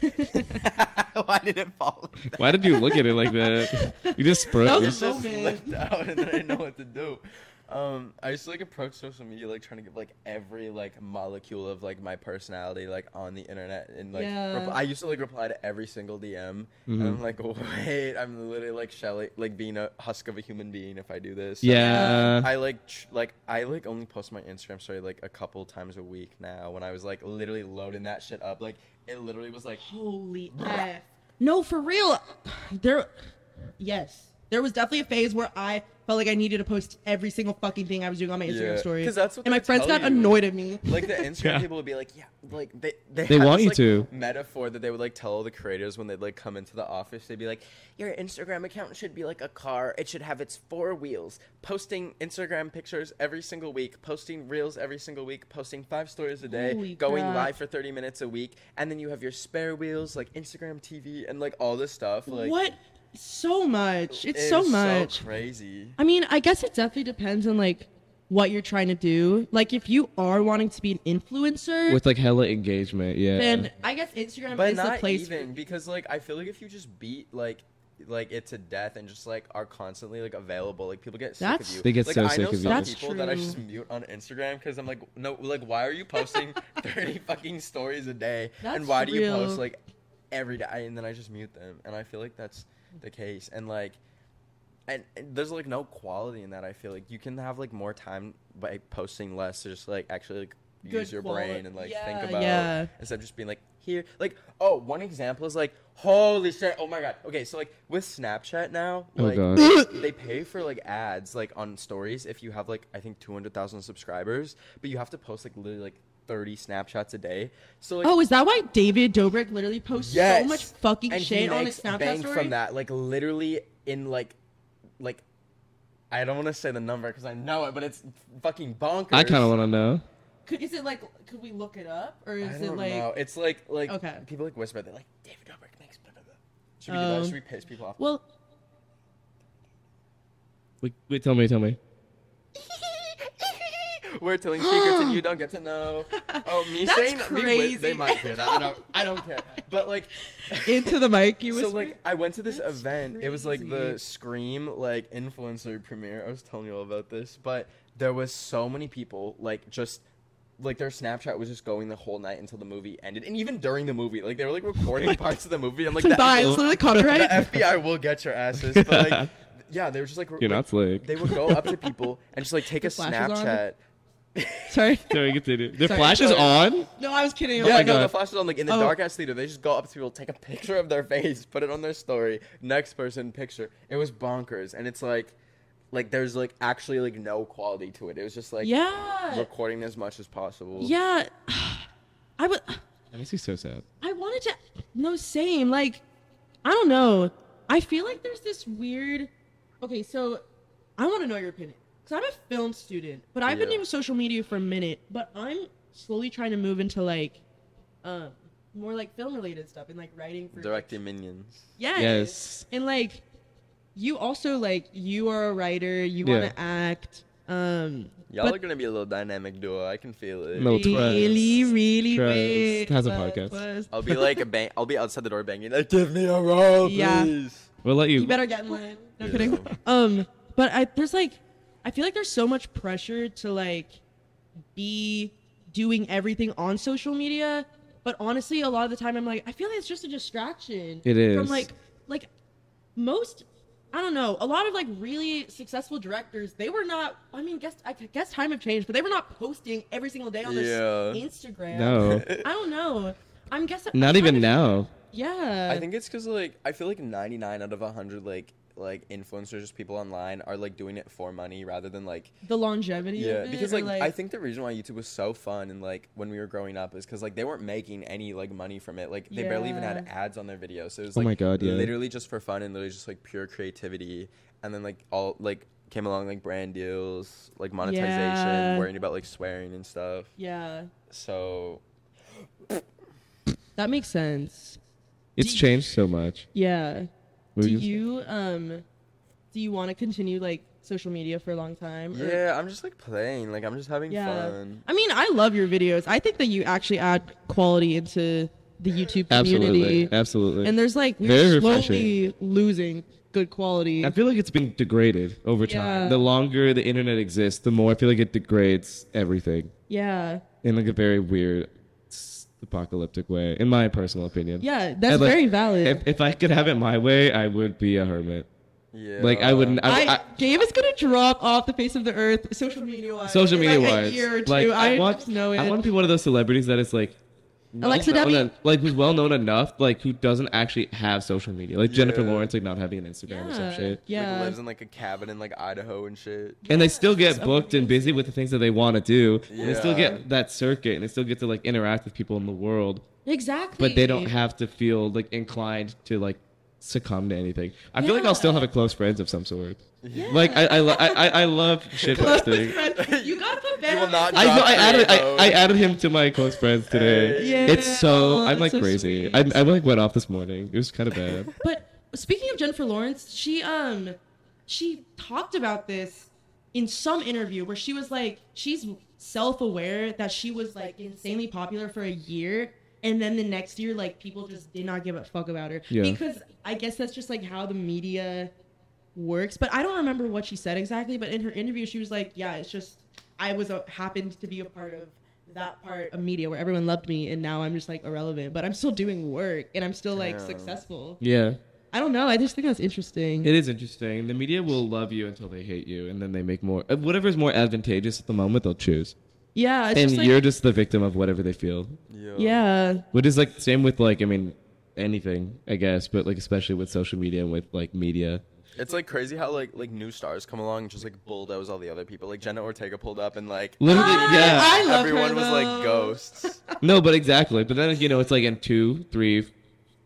S3: Why did it fall? like that?
S2: Why did you look at it like that? You just
S1: That
S2: sprung.
S1: was
S3: It
S1: a
S3: just
S1: moment.
S3: slipped out and then I didn't know what to do. Um, I used to like approach social media like trying to give like every like molecule of like my personality like on the internet and like
S1: Yeah.
S3: rep- I used to like reply to every single DM and I'm like wait I'm literally like Shelly like being a husk of a human being if I do this. So,
S2: yeah.
S3: I like tr- like I like only post my Instagram story like a couple times a week now when I was like literally loading that shit up like it literally was like
S1: Holy F. No, for real. There. Yes. There was definitely a phase where I felt like I needed to post every single fucking thing I was doing on my Instagram
S3: Yeah.
S1: story.
S3: 'Cause that's what
S1: and
S3: they
S1: my friends
S3: tell
S1: got
S3: you.
S1: annoyed at me.
S3: like the Instagram
S2: Yeah.
S3: people would be like, yeah, like they they,
S2: They
S3: have
S2: want
S3: this,
S2: you
S3: like, metaphor that they would like tell all the creators when they'd like come into the office. They'd be like,
S6: Your Instagram account should be like a car. It should have its four wheels.
S3: posting Instagram pictures every single week, posting reels every single week, posting five stories a day,
S1: Holy
S3: going
S1: crap.
S3: live for thirty minutes a week, and then you have your spare wheels like Instagram TV and like all this stuff. Like
S1: what? So much. It's
S3: it
S1: so
S3: is
S1: much.
S3: crazy.
S1: I mean, I guess it definitely depends on like what you're trying to do. Like if you are wanting to be an influencer,
S2: with like hella engagement. Yeah.
S1: then I guess Instagram
S3: but
S1: is
S3: not
S1: the place.
S3: even because like I feel like if you just beat like like it to death and just like are constantly like available, like people get sick
S1: That's-
S3: of you.
S2: They get
S3: like,
S2: so
S3: I
S2: sick
S3: know
S2: of you.
S3: some
S1: That's
S3: people that I
S1: true.
S3: just mute on Instagram because I'm like, no, like why are you posting thirty fucking stories a day and
S1: That's
S3: why do you
S1: real.
S3: post like every day? And then I just mute them, and I feel like that's the case. And like. And and there's like no quality in that. I feel like you can have like more time by posting less to just like actually like
S1: Good
S3: use your
S1: quali-
S3: brain and like think
S1: Yeah,
S3: about
S1: yeah.
S3: instead of just being like here like oh one example is like holy shit oh my god okay so like with snapchat now
S2: Oh,
S3: like
S2: God.
S3: they pay for like ads like on stories if you have like i think 200000 subscribers but you have to post like literally like 30 snapchats a day so like
S1: Oh, is that why David Dobrik literally posts
S3: yes.
S1: so much fucking
S3: and he
S1: shit on his
S3: makes
S1: Snapchat
S3: bank
S1: story?
S3: from that like literally in like like i don't want to say the number because i know it but it's fucking bonkers
S2: I kind of want to know.
S1: Could, is it like could we look it up or is
S3: I
S1: it
S3: don't
S1: like
S3: know. It's like like
S1: Okay.
S3: people like whisper. They're like David Dobrik makes. Blah, blah, blah. Should we do that?
S1: Oh.
S3: Should we piss people off?
S1: well?
S2: Wait, wait, tell me, tell me.
S3: We're telling secrets and you don't get to know. Oh, me
S1: That's
S3: saying that- me wi-
S1: crazy.
S3: They might hear that. I don't. I don't care. But like,
S1: Into the mic, you
S3: so
S1: whisper.
S3: like, I went to this event. It was like the
S1: crazy.
S3: Scream like influencer premiere. I was telling you all about this, but there was so many people like just. Like their Snapchat was just going the whole night until the movie ended, and even during the movie, like they were like recording parts of the movie. I'm like,
S1: Bye,
S3: "That-
S1: it's literally copyright.
S3: the FBI will get your asses. But like, yeah, they were just like
S2: You're not slick.
S3: They would go up to people and just like take a
S1: The flash is on.
S3: Snapchat.
S1: Sorry.
S2: Sorry, continue. The
S1: Sorry. Oh,
S2: flash is on.
S1: No, I was kidding.
S3: Yeah,
S1: oh my
S3: no,
S1: god.
S3: the flash is on like in the
S1: Oh.
S3: dark ass theater. They just go up to people, take a picture of their face, put it on their story. Next person, picture. It was bonkers, and it's like, like there's like actually like no quality to it. It was just like
S1: yeah.
S3: recording as much as possible.
S1: Yeah. I would.
S2: That makes me so sad.
S1: I wanted to. No, same. Like, I don't know. I feel like there's this weird. Okay, so I want to know your opinion because I'm a film student, but I've been
S3: Yeah.
S1: doing social media for a minute. But I'm slowly trying to move into like, um, more like film related stuff and like writing for
S3: Directing minions.
S1: Yes.
S2: Yes.
S1: And like you also like you are a writer, you
S2: Yeah.
S1: want to act. Um
S3: Y'all
S1: but
S3: are gonna be a little dynamic duo. I can feel it.
S2: No.
S1: really really
S2: Trust.
S1: big.
S2: Has a
S1: but-
S2: podcast.
S1: but-
S3: I'll be like a bang. I'll be outside the door banging. Like, give me a role,
S1: Yeah.
S3: please.
S2: We'll let you.
S1: You better get in line. No
S3: Yeah.
S1: kidding. Um, but I there's like, I feel like there's so much pressure to like be doing everything on social media. But honestly, a lot of the time I'm like, I feel like it's just a distraction.
S2: It
S1: from
S2: is.
S1: like like most. I don't know. A lot of like really successful directors, they were not. I mean, guess I guess time have changed, but they were not posting every single day on their
S3: Yeah.
S1: Instagram.
S2: No,
S1: I don't know. I'm guessing.
S2: not
S1: I'm
S2: even
S1: kind of-
S2: now.
S1: Yeah.
S3: I think it's because like I feel like ninety nine out of hundred like like influencers, just people online, are like doing it for money rather than like
S1: the longevity.
S3: yeah.
S1: Of it,
S3: Because
S1: or,
S3: like, I think the reason why YouTube was so fun and like when we were growing up is because like they weren't making any like money from it. Like they barely even had
S1: Yeah.
S3: ads on their videos. So it was
S2: Oh
S3: like
S2: my God, yeah.
S3: literally just for fun and literally just like pure creativity. And then like all like came along like brand deals, like monetization,
S1: Yeah.
S3: worrying about like swearing and stuff.
S1: Yeah.
S3: So
S1: That makes sense.
S2: It's changed so much.
S1: Yeah.
S2: What
S1: Do
S2: were you-
S1: you um do you want to continue like social media for a long time? or-
S3: yeah, I'm just like playing. Like I'm just having
S1: Yeah.
S3: fun.
S1: I mean, I love your videos. I think that you actually add quality into the YouTube community.
S2: Absolutely, absolutely.
S1: And there's like
S2: Very
S1: we're
S2: refreshing.
S1: slowly losing good quality.
S2: I feel like it's been degraded over time.
S1: Yeah.
S2: The longer the internet exists, the more I feel like it degrades everything
S1: yeah.
S2: in like a very weird s- apocalyptic way, in my personal opinion.
S1: Yeah, that's
S2: And, like,
S1: very valid.
S2: If, if I could have it my way, I would be a hermit.
S3: Yeah.
S2: Like I wouldn't. I,
S1: I,
S2: I,
S1: Dave is gonna drop off the face of the earth, social media wise.
S2: social
S1: in,
S2: media
S1: like,
S2: wise,
S1: a year or two.
S2: like
S1: I,
S2: I want,
S1: just know it.
S2: I want to be one of those celebrities that is like
S1: Alexa
S2: well-known
S1: W.
S2: en- like who's well known enough, like who doesn't actually have social media, like Jennifer
S3: Yeah.
S2: Lawrence, like not having an Instagram or some
S1: Yeah.
S2: shit.
S1: Yeah.
S3: Like lives in like a cabin in like Idaho and shit.
S2: And they still get booked and busy with the things that they want to do. And they still
S3: Yeah.
S2: get that circuit and they still get to like interact with people in the world,
S5: Exactly.
S2: but they don't have to feel like inclined to like succumb to anything. I feel like I'll still
S5: Yeah.
S2: have a close friends of some sort. Like I I, lo- I I I love shit posting.
S5: You gotta put
S3: You
S5: that.
S3: will not.
S2: I
S3: drop
S2: know I added I,
S3: Creative
S2: I
S3: Mode.
S2: added him to my close friends today.
S1: Yeah.
S2: It's so
S1: Aw,
S2: I'm
S1: that's
S2: like
S1: so
S2: crazy.
S1: sweet.
S2: I I like went off this morning. It was kind of bad.
S1: But speaking of Jennifer Lawrence, she um she talked about this in some interview where she was like she's self-aware that she was like insanely popular for a year and then the next year like people just did not give a fuck about her
S2: Yeah.
S1: because I guess that's just like how the media works but I don't remember what she said exactly but in her interview she was like yeah it's just I was a, happened to be a part of that part of media where everyone loved me and now I'm just like irrelevant but I'm still doing work and I'm still like
S3: Damn.
S1: successful
S2: Yeah.
S1: I don't know. I just think that's interesting.
S2: It is interesting. The media will love you until they hate you, and then they make more uh, whatever is more advantageous at the moment. They'll choose,
S1: yeah, it's
S2: and
S1: just like,
S2: you're just the victim of whatever they feel.
S3: Yo.
S1: yeah,
S2: Which is like same with like I mean anything I guess, but like especially with social media and with like media.
S3: It's like crazy how like like new stars come along and just like bulldoze all the other people. Like Jenna Ortega pulled up and like
S2: Literally, yeah.
S1: I love her,
S3: everyone was
S1: though.
S3: like ghosts.
S2: No, but exactly. But then you know, it's like in two, three,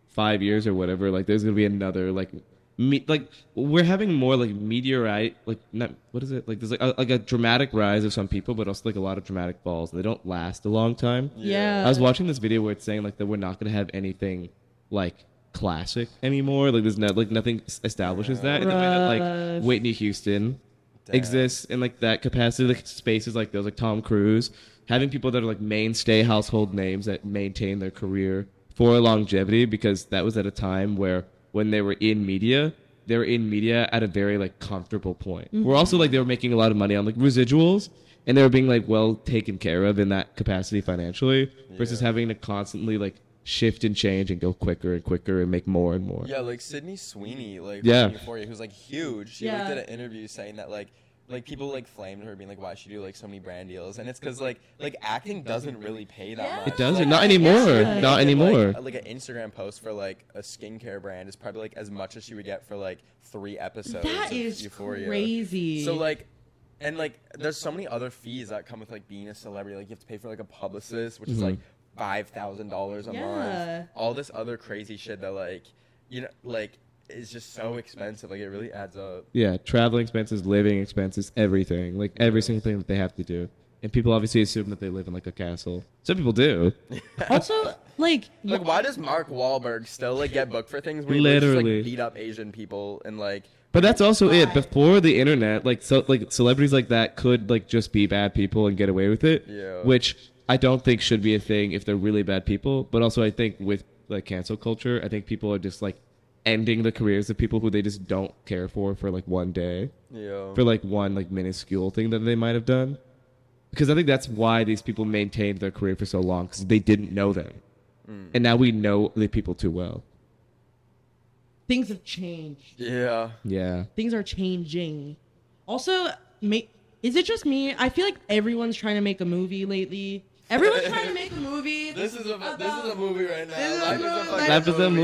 S2: five years or whatever. Like there's gonna be another like, me like we're having more like meteorite like not what is it like there's like a, like a dramatic rise of some people, but also like a lot of dramatic falls. They don't last a long time.
S1: yeah.
S2: I was watching this video where it's saying like that we're not gonna have anything like classic anymore. Like there's no like nothing s- establishes that in the way that like
S1: Rough.
S2: Whitney Houston
S3: Damn.
S2: exists in like that capacity. Like spaces like those, like Tom Cruise, having people that are like mainstay household names that maintain their career for longevity because that was at a time where when they were in media. They were in media at a very like comfortable point. We're also like they were making a lot of money on like residuals, and they were being like well taken care of in that capacity financially versus
S3: Yeah.
S2: having to constantly like shift and change and go quicker and quicker and make more and more.
S3: Yeah, like Sydney Sweeney, like
S2: Yeah.
S3: yeah. Euphoria, who's like huge. She
S1: Yeah.
S3: like, did an interview saying that like like people like flamed her being like why she do like so many brand deals and it's because like like acting doesn't really pay that
S5: Yeah.
S3: much.
S2: It doesn't.
S3: Like,
S2: Not
S5: Yeah.
S2: anymore.
S1: Yeah.
S2: Not
S3: and, like,
S2: anymore.
S3: a- Like, an Instagram post for like a skincare brand is probably like as much as she would get for like three episodes.
S1: that
S3: of
S1: is
S3: Euphoria.
S1: crazy.
S3: So like, and like, there's so many other fees that come with like being a celebrity. Like you have to pay for like a publicist, which is
S2: Mhm.
S3: like five thousand dollars a
S1: Yeah.
S3: month. All this other crazy shit that like, you know, like is just so expensive. Like it really adds up.
S2: Yeah, traveling expenses, living expenses, everything. Like every single thing that they have to do. And people obviously assume that they live in like a castle. Some people do.
S1: also like
S3: Like why does Mark Wahlberg still like get booked for things where he like, just,
S2: Literally.
S3: like beat up Asian people and like
S2: But that's also it. Before the internet, like so like celebrities like that could like just be bad people and get away with it.
S3: Yeah.
S2: Which I don't think should be a thing if they're really bad people. But also I think with like cancel culture, I think people are just like ending the careers of people who they just don't care for for like one day.
S3: you know.
S2: for like one like minuscule thing that they might have done because i think that's why these people maintained their career for so long because they didn't know them
S3: Mm.
S2: and now we know the people too well
S1: things have changed.
S3: yeah.
S2: yeah
S1: Things are changing. Also, ma- is it just me? I feel like everyone's trying to make a movie lately. Everyone's trying to make a movie.
S3: This is a this is a movie right now.
S1: This is a movie. Life
S2: is
S3: Life is a fucking
S2: a
S3: Alan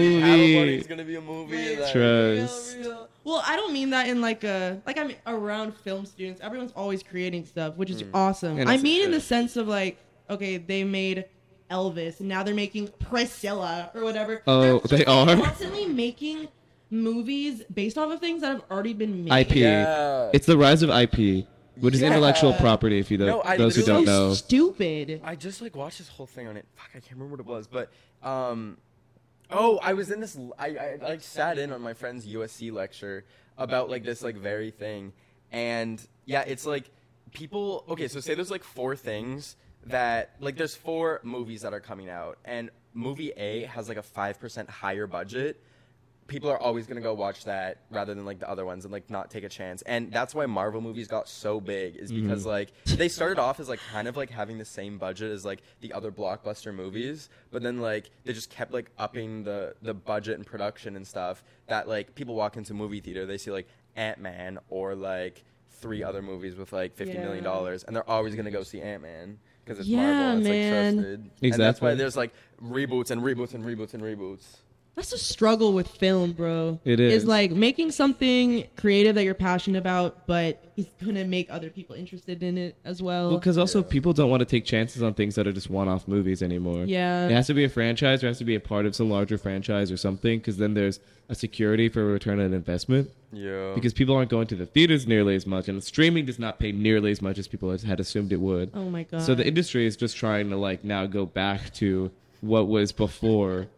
S2: movie.
S3: Moody's gonna be a movie. like-
S2: trust
S1: Real, real. Well, I don't mean that in like a like I'm around film students. Everyone's always creating stuff, which is awesome.
S2: Mm. And
S1: I
S2: it's-
S1: mean in the sense of like, okay, they made Elvis, and now they're making Priscilla or whatever.
S2: Oh,
S1: They're
S2: they
S1: just, like,
S2: are?
S1: constantly making movies based off of things that have already been made.
S2: ip
S3: Yeah.
S2: it's the rise of ip which is
S3: Yeah.
S2: intellectual property if you
S3: No, I
S2: those who
S1: So
S2: don't
S3: literally-
S2: know
S1: stupid.
S3: I just like watched this whole thing on it. Fuck, I can't remember what it was, but um, oh, I was in this. I, I like sat in on my friend's USC lecture about like this like very thing, and yeah, it's like people. Okay, so say there's like four things that like there's four movies that are coming out, and movie A has like a five percent higher budget people are always gonna go watch that rather than like the other ones and like not take a chance. And that's why Marvel movies got so big is
S1: Mm-hmm.
S3: because like they started off as like kind of like having the same budget as like the other blockbuster movies, but then like they just kept like upping the the budget and production and stuff that like people walk into movie theater they see like Ant Man or like three other movies with like fifty million
S1: Yeah.
S3: dollars and they're always gonna go see Ant Man. because it's
S1: Yeah,
S3: Marvel. It's
S1: man.
S3: like trusted. And that's
S2: Exactly.
S3: why there's like reboots and reboots and reboots and reboots.
S1: That's a struggle with film, bro.
S2: It is.
S1: Is like making something creative that you're passionate about, but it's gonna make other people interested in it as well.
S2: Well, because also people don't want to take chances on things that are just one-off movies anymore.
S1: Yeah.
S2: it has to be a franchise, or it has to be a part of some larger franchise or something. Because then there's a security for a return on investment.
S3: Yeah.
S2: Because people aren't going to the theaters nearly as much, and streaming does not pay nearly as much as people has- had assumed it would.
S1: oh my god.
S2: So the industry is just trying to like now go back to what was before.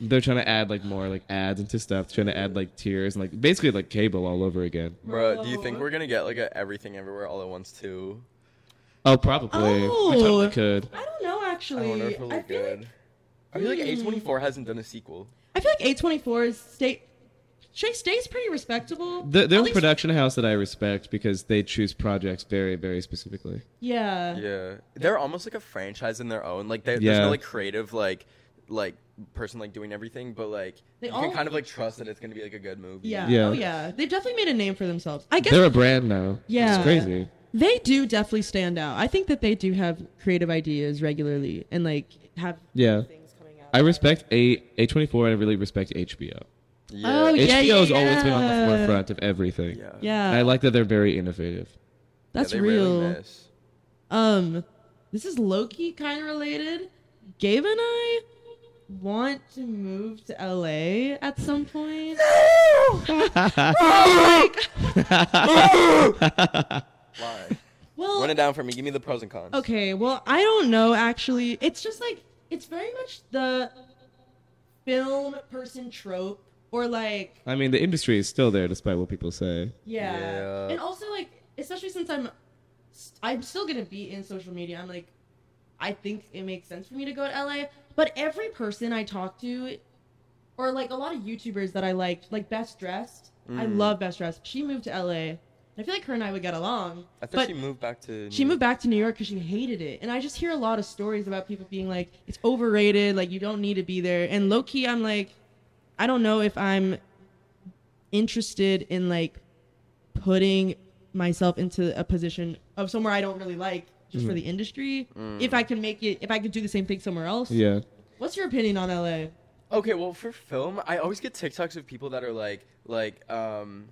S2: They're trying to add like more like ads into stuff, trying to add like tiers and like basically like cable all over again.
S3: Bro, do you think we're gonna get like a everything everywhere all at once too?
S2: Oh, probably. We totally
S1: Oh.
S2: could.
S1: I don't know
S3: I
S1: actually.
S3: wonder if it'll
S1: I
S3: look
S1: feel
S3: good.
S1: Like,
S3: I feel like A24 hasn't done a sequel.
S1: I feel like A24 is stay. Shay stays pretty respectable.
S2: Th- They're
S1: At
S2: a
S1: least-
S2: production house that I respect because they choose projects very, very specifically.
S1: Yeah.
S3: Yeah, they're almost like a franchise in their own. Like they there's
S2: Yeah.
S3: no like creative like like person like doing everything, but like
S1: They
S3: you
S1: all-
S3: can kind of like trust that it's gonna be like a good movie.
S1: Yeah.
S2: Yeah.
S1: Oh yeah. They've definitely made a name for themselves. I guess
S2: They're a brand now.
S1: Yeah.
S2: It's crazy.
S1: they do definitely stand out. I think that they do have creative ideas regularly and like have
S2: Yeah.
S1: things coming out.
S2: I respect A A24 and I really respect HBO.
S1: Oh,
S2: HBO's
S1: yeah, yeah,
S2: always been on the
S1: yeah.
S2: forefront of everything.
S3: yeah. Yeah,
S1: yeah.
S2: And I like that they're very innovative.
S1: That's
S3: they rarely
S1: real.
S3: miss.
S1: Um, this is Loki kind of related. Gabe and I want to move to LA at some point. Like,
S3: Why? Run
S1: well,
S3: it down for me. Give me the pros and cons.
S1: okay. Well, I don't know. Actually, it's just like it's very much the film person trope, or like
S2: I mean, the industry is still there despite what people say.
S1: yeah.
S3: Yeah.
S1: and also like especially since I'm I'm still gonna be in social media. I'm like, I think it makes sense for me to go to LA. But every person I talk to, or like a lot of YouTubers that I liked, like Best Dressed, I
S3: Mm.
S1: love Best Dressed. She moved to LA. I feel like her and I would get along.
S3: I think
S1: but
S3: she moved back to.
S1: she moved back to New York because she hated it. And I just hear a lot of stories about people being like, it's overrated, like, you don't need to be there. And low key, I'm like, I don't know if I'm interested in like putting myself into a position of somewhere I don't really like just
S3: Mm.
S1: for the industry. If I can make it, if I could do the same thing somewhere else.
S2: Yeah.
S1: What's your opinion on LA?
S3: Okay, well, for film, I always get TikToks of people that are like, like, um,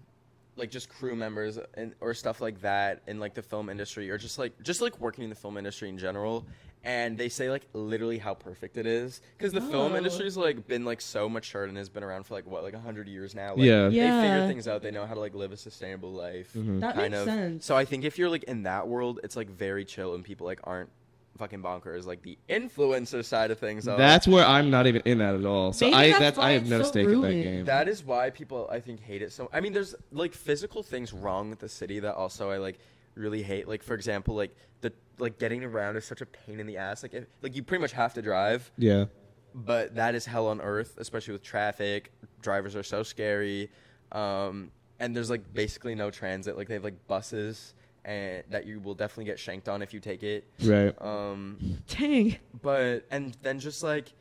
S3: like just crew members and or stuff like that in like the film industry, or just like just like working in the film industry in general. And they say like literally how perfect it is because the film
S1: Oh.
S3: industry's like been like so matured and has been around for like what like hundred years now. Like,
S2: Yeah.
S3: they
S1: Yeah. Mm-hmm.
S3: figure things out. They know how to like live a sustainable life.
S1: That
S3: kind
S1: makes
S3: of.
S1: sense.
S3: So I think if you're like in that world, it's like very chill and people like aren't fucking bonkers. Like the influencer side of things. Are,
S2: That's where I'm not even in that at all. So
S1: Maybe
S2: I
S1: that's
S2: that's
S1: why
S2: I have
S1: it's
S2: no
S1: so
S2: stake in that
S1: ruined.
S2: game.
S3: That is why people I think hate it so. I mean, there's like physical things wrong with the city that also I like really hate. Like for example, like the like getting around is such a pain in the ass. Like if, like you pretty much have to drive,
S2: yeah.
S3: but that is hell on earth, especially with traffic. Drivers are so scary, um, and there's like basically no transit. Like they have like buses and that you will definitely get shanked on if you take it.
S2: Right.
S3: Um,
S1: Dang.
S3: but and then just like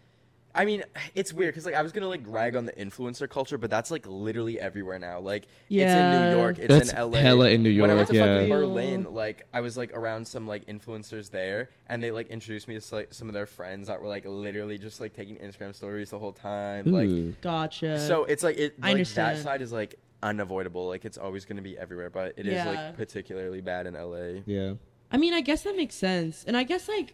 S3: i mean it's weird because like i was gonna like rag on the influencer culture but that's like literally everywhere now like it's in
S1: Yeah.
S3: new york it's
S2: That's
S3: in la
S2: hella in New
S3: when i
S2: York,
S3: went to fucking
S1: yeah.
S3: berlin like i was like around some like influencers there and they like introduced me to like some of their friends that were like literally just like taking instagram stories the whole time
S2: Ooh.
S1: Gotcha.
S3: like so it's like it
S1: I
S3: like that
S1: understand.
S3: side is like unavoidable like it's always gonna be everywhere but it is
S1: Yeah.
S3: like particularly bad in la
S2: Yeah.
S1: I mean, I guess that makes sense. And I guess like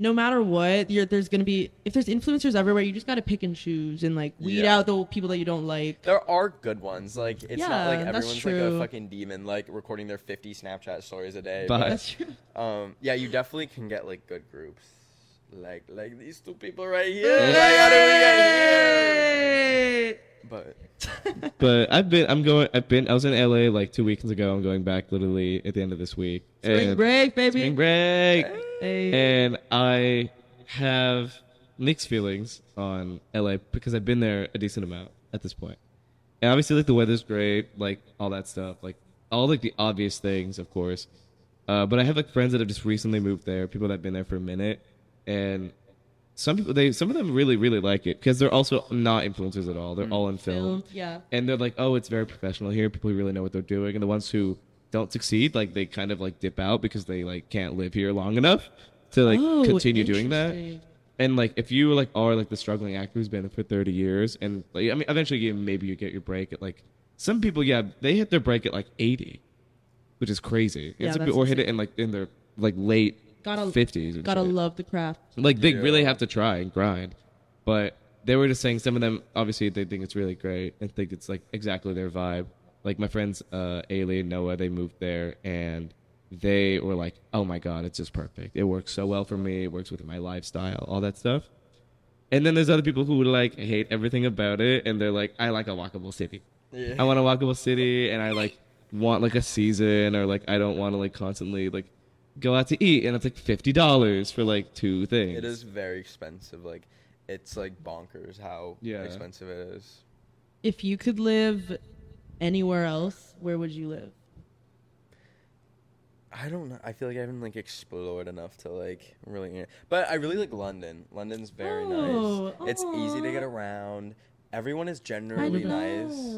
S1: no matter what, you're, there's gonna be if there's influencers everywhere, you just gotta pick and choose and like weed
S3: Yeah.
S1: out the people that you don't like.
S3: There are good ones. Like it's not like
S1: Yeah, that's
S3: everyone's like a
S1: true.
S3: fucking demon, like recording their fifty Snapchat stories a day.
S2: But-
S1: That's true.
S3: But, um, yeah, you definitely can get like good groups, like like these two people right here. Like, how do we get here? But
S2: But I've been I'm going I've been I was in LA like two weekends ago. I'm going back literally at the end of this week.
S1: Spring
S2: And-
S1: break, baby.
S2: Spring break.
S1: Hey.
S2: And I have mixed feelings on LA because I've been there a decent amount at this point. And obviously like the weather's great, like all that stuff, like all like the obvious things, of course. Uh, but I have like friends that have just recently moved there, people that have been there for a minute, and some people they some of them really really like it because they're also not influencers at all. They're all in film
S1: Filmed, yeah.
S2: and they're like, oh, it's very professional here. People really know what they're doing. And the ones who don't succeed, like they kind of like dip out because they like can't live here long enough. to like
S1: Oh,
S2: continue doing that.
S1: interesting.
S2: And like if you like are like the struggling actor who's been in for 30 years and like I mean eventually you, maybe you get your break at like some people yeah, they hit their break at like 80, which is crazy. And
S1: Yeah,
S2: some
S1: that's
S2: people- or hit it
S1: insane.
S2: in like in their like late
S1: Gotta-
S2: 50s. or
S1: Gotta
S2: shit.
S1: love the craft.
S2: Like they
S3: Yeah.
S2: really have to try and grind. But they were just saying some of them obviously they think it's really great and think it's like exactly their vibe. Like my friends uh Ailey and Noah, they moved there and they were like, Oh my god, it's just perfect. It works so well for me, it works with my lifestyle, all that stuff. And then there's other people who like hate everything about it and they're like, I like a walkable city.
S3: Yeah.
S2: I want a walkable city and I like want like a season or like I don't want to like constantly like go out to eat and it's like fifty dollars for like two things.
S3: It is very expensive. Like, it's like bonkers how
S2: Yeah.
S3: expensive it is.
S1: If you could live anywhere else, where would you live?
S3: I don't know. I feel like I haven't like explored enough to like really. But I really like London. London's very
S1: Oh,
S3: nice. It's easy to
S1: aw.
S3: get around. Everyone is generally nice.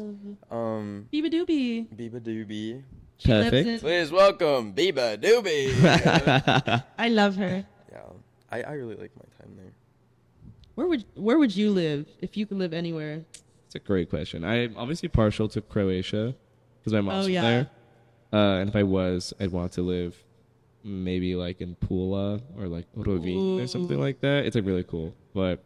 S3: Um,
S1: Biba Doobie.
S3: Biba Doobie.
S1: She lives
S2: Perfect.
S1: in-
S3: Please welcome Biba Doobie.
S1: I love her.
S3: yeah, I, I really like my time there.
S1: Where would where would you live if you could live anywhere?
S2: It's a great question. I'm obviously partial to Croatia because my mom's
S1: Oh,
S2: from
S1: yeah.
S2: there. Uh, and if I was, I'd want to live maybe like in Pula or like Rovinj or something
S1: Ooh.
S2: like that. It's like really cool. But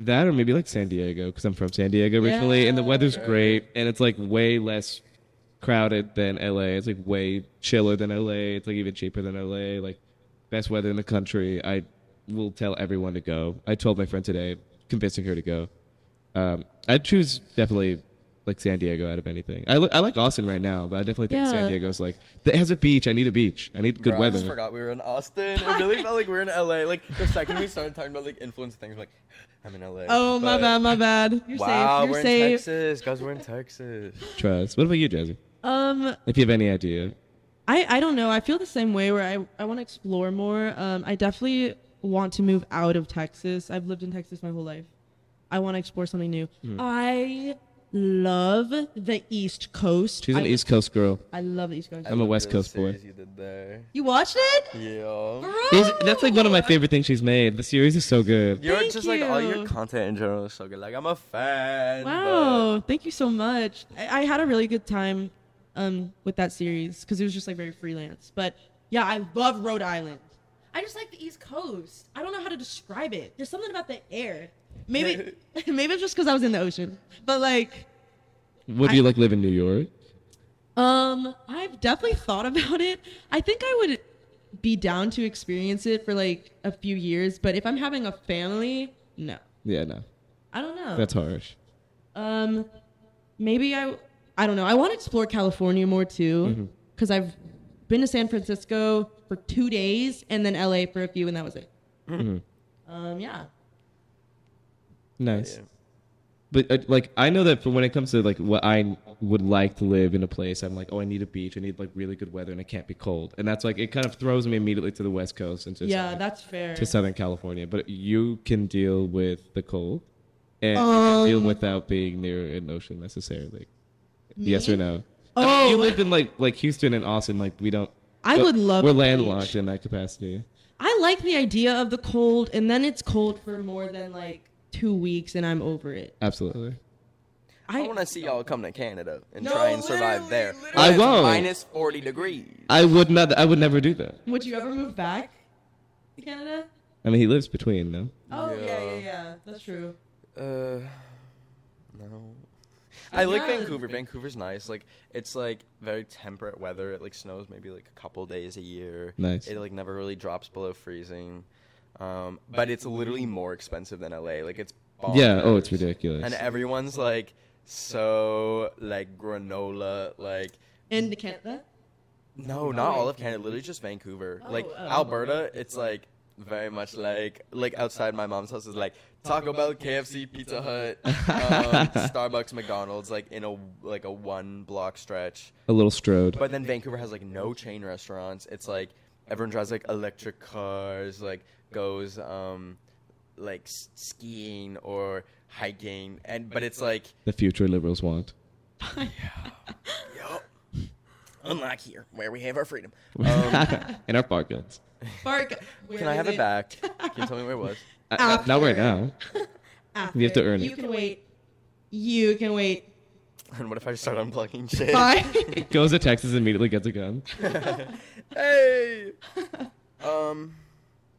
S2: that or maybe like San Diego because I'm from San Diego originally and the
S1: Yeah.
S2: weather's great and it's like way less crowded than LA. It's like way chiller than LA. It's like even cheaper than LA. Like best weather in the country. I will tell everyone to go. I told my friend today, convincing her to go. Um, I'd choose definitely like San Diego out of anything. I, li- I like Austin right now, but I definitely think San
S1: Yeah.
S2: Diego's like it has a beach. I need a beach. I need good
S3: Bro, I just
S2: weather.
S3: forgot we were in Austin. It really felt like we were in LA. Like the second we started talking about like influence things, I'm like I'm in LA.
S1: Oh my
S3: But-
S1: bad, my bad. You're
S3: Wow,
S1: safe. You're
S3: we're in
S1: safe.
S3: Texas, guys. We're in Texas.
S2: Trust. What about you, Jazzy?
S1: Um,
S2: If you have any idea,
S1: I, I don't know. I feel the same way where I, I want to explore more. Um, I definitely want to move out of Texas. I've lived in Texas my whole life. I want to explore something new.
S3: Hmm.
S1: I love the East Coast.
S2: she's an
S1: I,
S2: East Coast girl.
S1: I love the East Coast.
S3: I
S2: I'm a
S3: loved
S2: West
S3: the
S2: Coast boy.
S3: series You did there.
S1: you watched it?
S3: Yeah.
S2: Is- that's like one of my favorite things she's made. The series is so good.
S3: You're
S1: Thank
S3: just like all your
S1: you.
S3: content in general is so good. Like I'm a fan. but-
S1: Wow. Thank you so much. I, I had a really good time um, with that series because it was just like very freelance. But yeah, I love Rhode Island.
S5: I just like the East Coast. I don't know how to describe it. There's something about the air.
S1: Maybe maybe it's just because I was in the ocean. But like,
S2: Would you like live in New York?
S1: Um, I've definitely thought about it. I think I would be down to experience it for like a few years, but if I'm having a family, no.
S2: Yeah, no,
S1: I don't know.
S2: that's harsh.
S1: um maybe I I don't know. I want to explore California more too
S2: Mm-hmm.
S1: cuz I've been to San Francisco for 2 days and then LA for a few and that was it.
S2: Mm-hmm.
S1: Um yeah.
S2: Nice.
S3: Yeah.
S2: But uh, like I know that for when it comes to like what I would like to live in a place, I'm like, oh, I need a beach. I need like really good weather, and it can't be cold. And that's like it kind of throws me immediately to the West Coast and to
S1: yeah,
S2: Southern,
S1: that's fair.
S2: to Southern California. But you can deal with the cold and
S1: Oh.
S2: you can deal without being near an ocean necessarily. Yes or no? I mean,
S1: Oh.
S2: you lived in like like Houston and Austin. Like we don't.
S1: I would love
S2: We're
S1: the beach.
S2: landlocked in that capacity.
S1: I like the idea of the cold and then it's cold for more than like 2 weeks and I'm over it.
S2: Absolutely.
S3: I
S1: I
S3: want to see y'all come to Canada and
S1: No,
S3: try and survive
S1: literally,
S3: there.
S2: I
S3: It's
S2: won't.
S3: Minus 40 degrees.
S2: I would not. I would never do that.
S1: Would you ever move back to Canada?
S2: I mean, he lives between. No.
S1: Oh yeah, yeah,
S3: Yeah.
S1: yeah. That's true.
S3: Uh, no. I like
S1: Yeah.
S3: Vancouver. Vancouver's nice. Like it's like very temperate weather. It like snows maybe like a couple days a year.
S2: Nice.
S3: It like never really drops below freezing. Um, but it's literally more expensive than LA. Like it's
S2: Yeah. Oh, it's
S3: bonkers.
S2: ridiculous.
S3: And everyone's like so like granola like
S1: And to Canada?
S3: no, not all of Canada. Literally just Vancouver. like
S1: Oh, oh.
S3: Alberta, it's like very much like like outside my mom's house is like Taco Bell, KFC, Pizza Hut, um, Starbucks, McDonald's, like in a like a one block stretch.
S2: a little strode.
S3: But then Vancouver has like no chain restaurants. It's like everyone drives like electric cars, like goes um like s- skiing or hiking, and but it's like
S2: the future liberals want.
S6: Unlike here, where we have our freedom.
S1: Um,
S2: and our parklands.
S1: Bark.
S3: Can I have it back? Can you tell me where it was?
S2: Uh, Not right
S1: After.
S2: now. You have to earn
S1: You
S2: it.
S1: can wait. You can wait.
S3: And what if I just start unplugging shit?
S1: Bye.
S2: Goes to Texas and immediately gets a gun.
S3: hey. Um.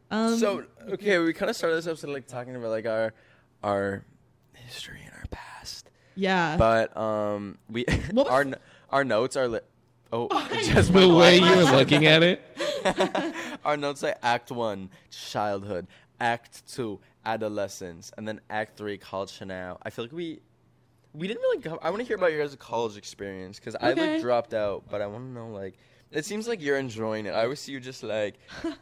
S1: Um,
S3: so okay, we kind of started this episode like talking about like our our history and our past,
S1: yeah.
S3: but um, we
S1: Uh. What was-
S3: our n- our notes are li- oh it just
S2: Just
S3: went
S2: the way you
S3: blank.
S2: were looking at it.
S3: our notes say Act One childhood, Act Two adolescence, and then Act Three college. To now, I feel like we. We didn't really. Go- I want to hear about your guys' college experience because I
S1: Okay.
S3: like dropped out, but I want to know like. It seems like you're enjoying it. I always see you just like,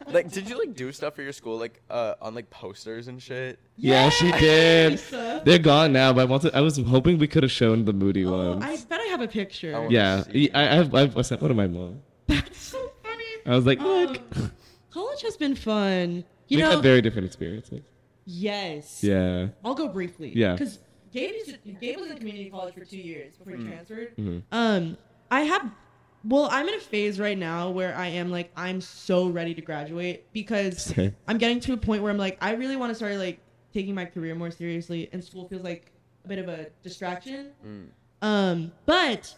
S3: like, did you like do stuff for your school like uh on like posters and shit?
S2: Yeah, she did.
S1: Lisa.
S2: They're gone now, but I wanted. I was hoping we could have shown the moody
S1: Oh,
S2: ones.
S1: I bet I have a picture.
S3: I want-
S2: yeah, I, I, I, I sent one to my mom.
S1: That's so funny.
S2: I was like, look,
S1: Um, college has been fun. You
S2: we
S1: know,
S2: had very different experiences.
S1: yes.
S2: Yeah,
S1: I'll go briefly.
S2: Yeah.
S1: Because Gabe, is- Gabe was in community college for two years before he transferred.
S2: Mm-hmm.
S1: Um, I have, well, I'm in a phase right now where I am like, I'm so ready to graduate because
S2: Same.
S1: I'm getting to a point where I'm like, I really want to start like taking my career more seriously, and school feels like a bit of a distraction. Um, but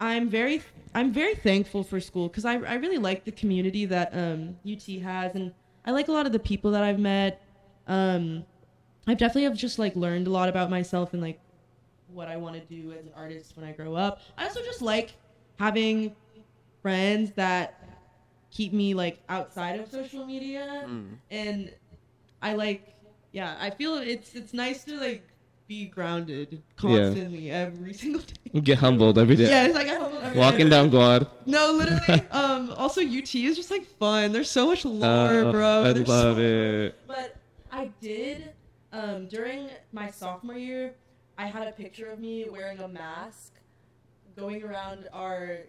S1: I'm very I'm very thankful for school because I, I really like the community that um, UT has and I like a lot of the people that I've met. Um, I definitely have just like learned a lot about myself and like what I want to do as an artist when I grow up. I also just like having friends that keep me like outside of social media
S2: Mm-hmm.
S1: and I like yeah, I feel it's it's nice to like be grounded constantly every single day.
S2: get humbled every day.
S1: Yeah, it's like I don't know.
S2: Walking down Guad.
S1: No, literally. um. Also, UT is just like fun. There's so much lore,
S2: Uh,
S1: bro.
S2: I
S1: There's
S2: love
S1: so-
S2: it.
S1: But I did. Um. During my sophomore year, I had a picture of me wearing a mask, going around our,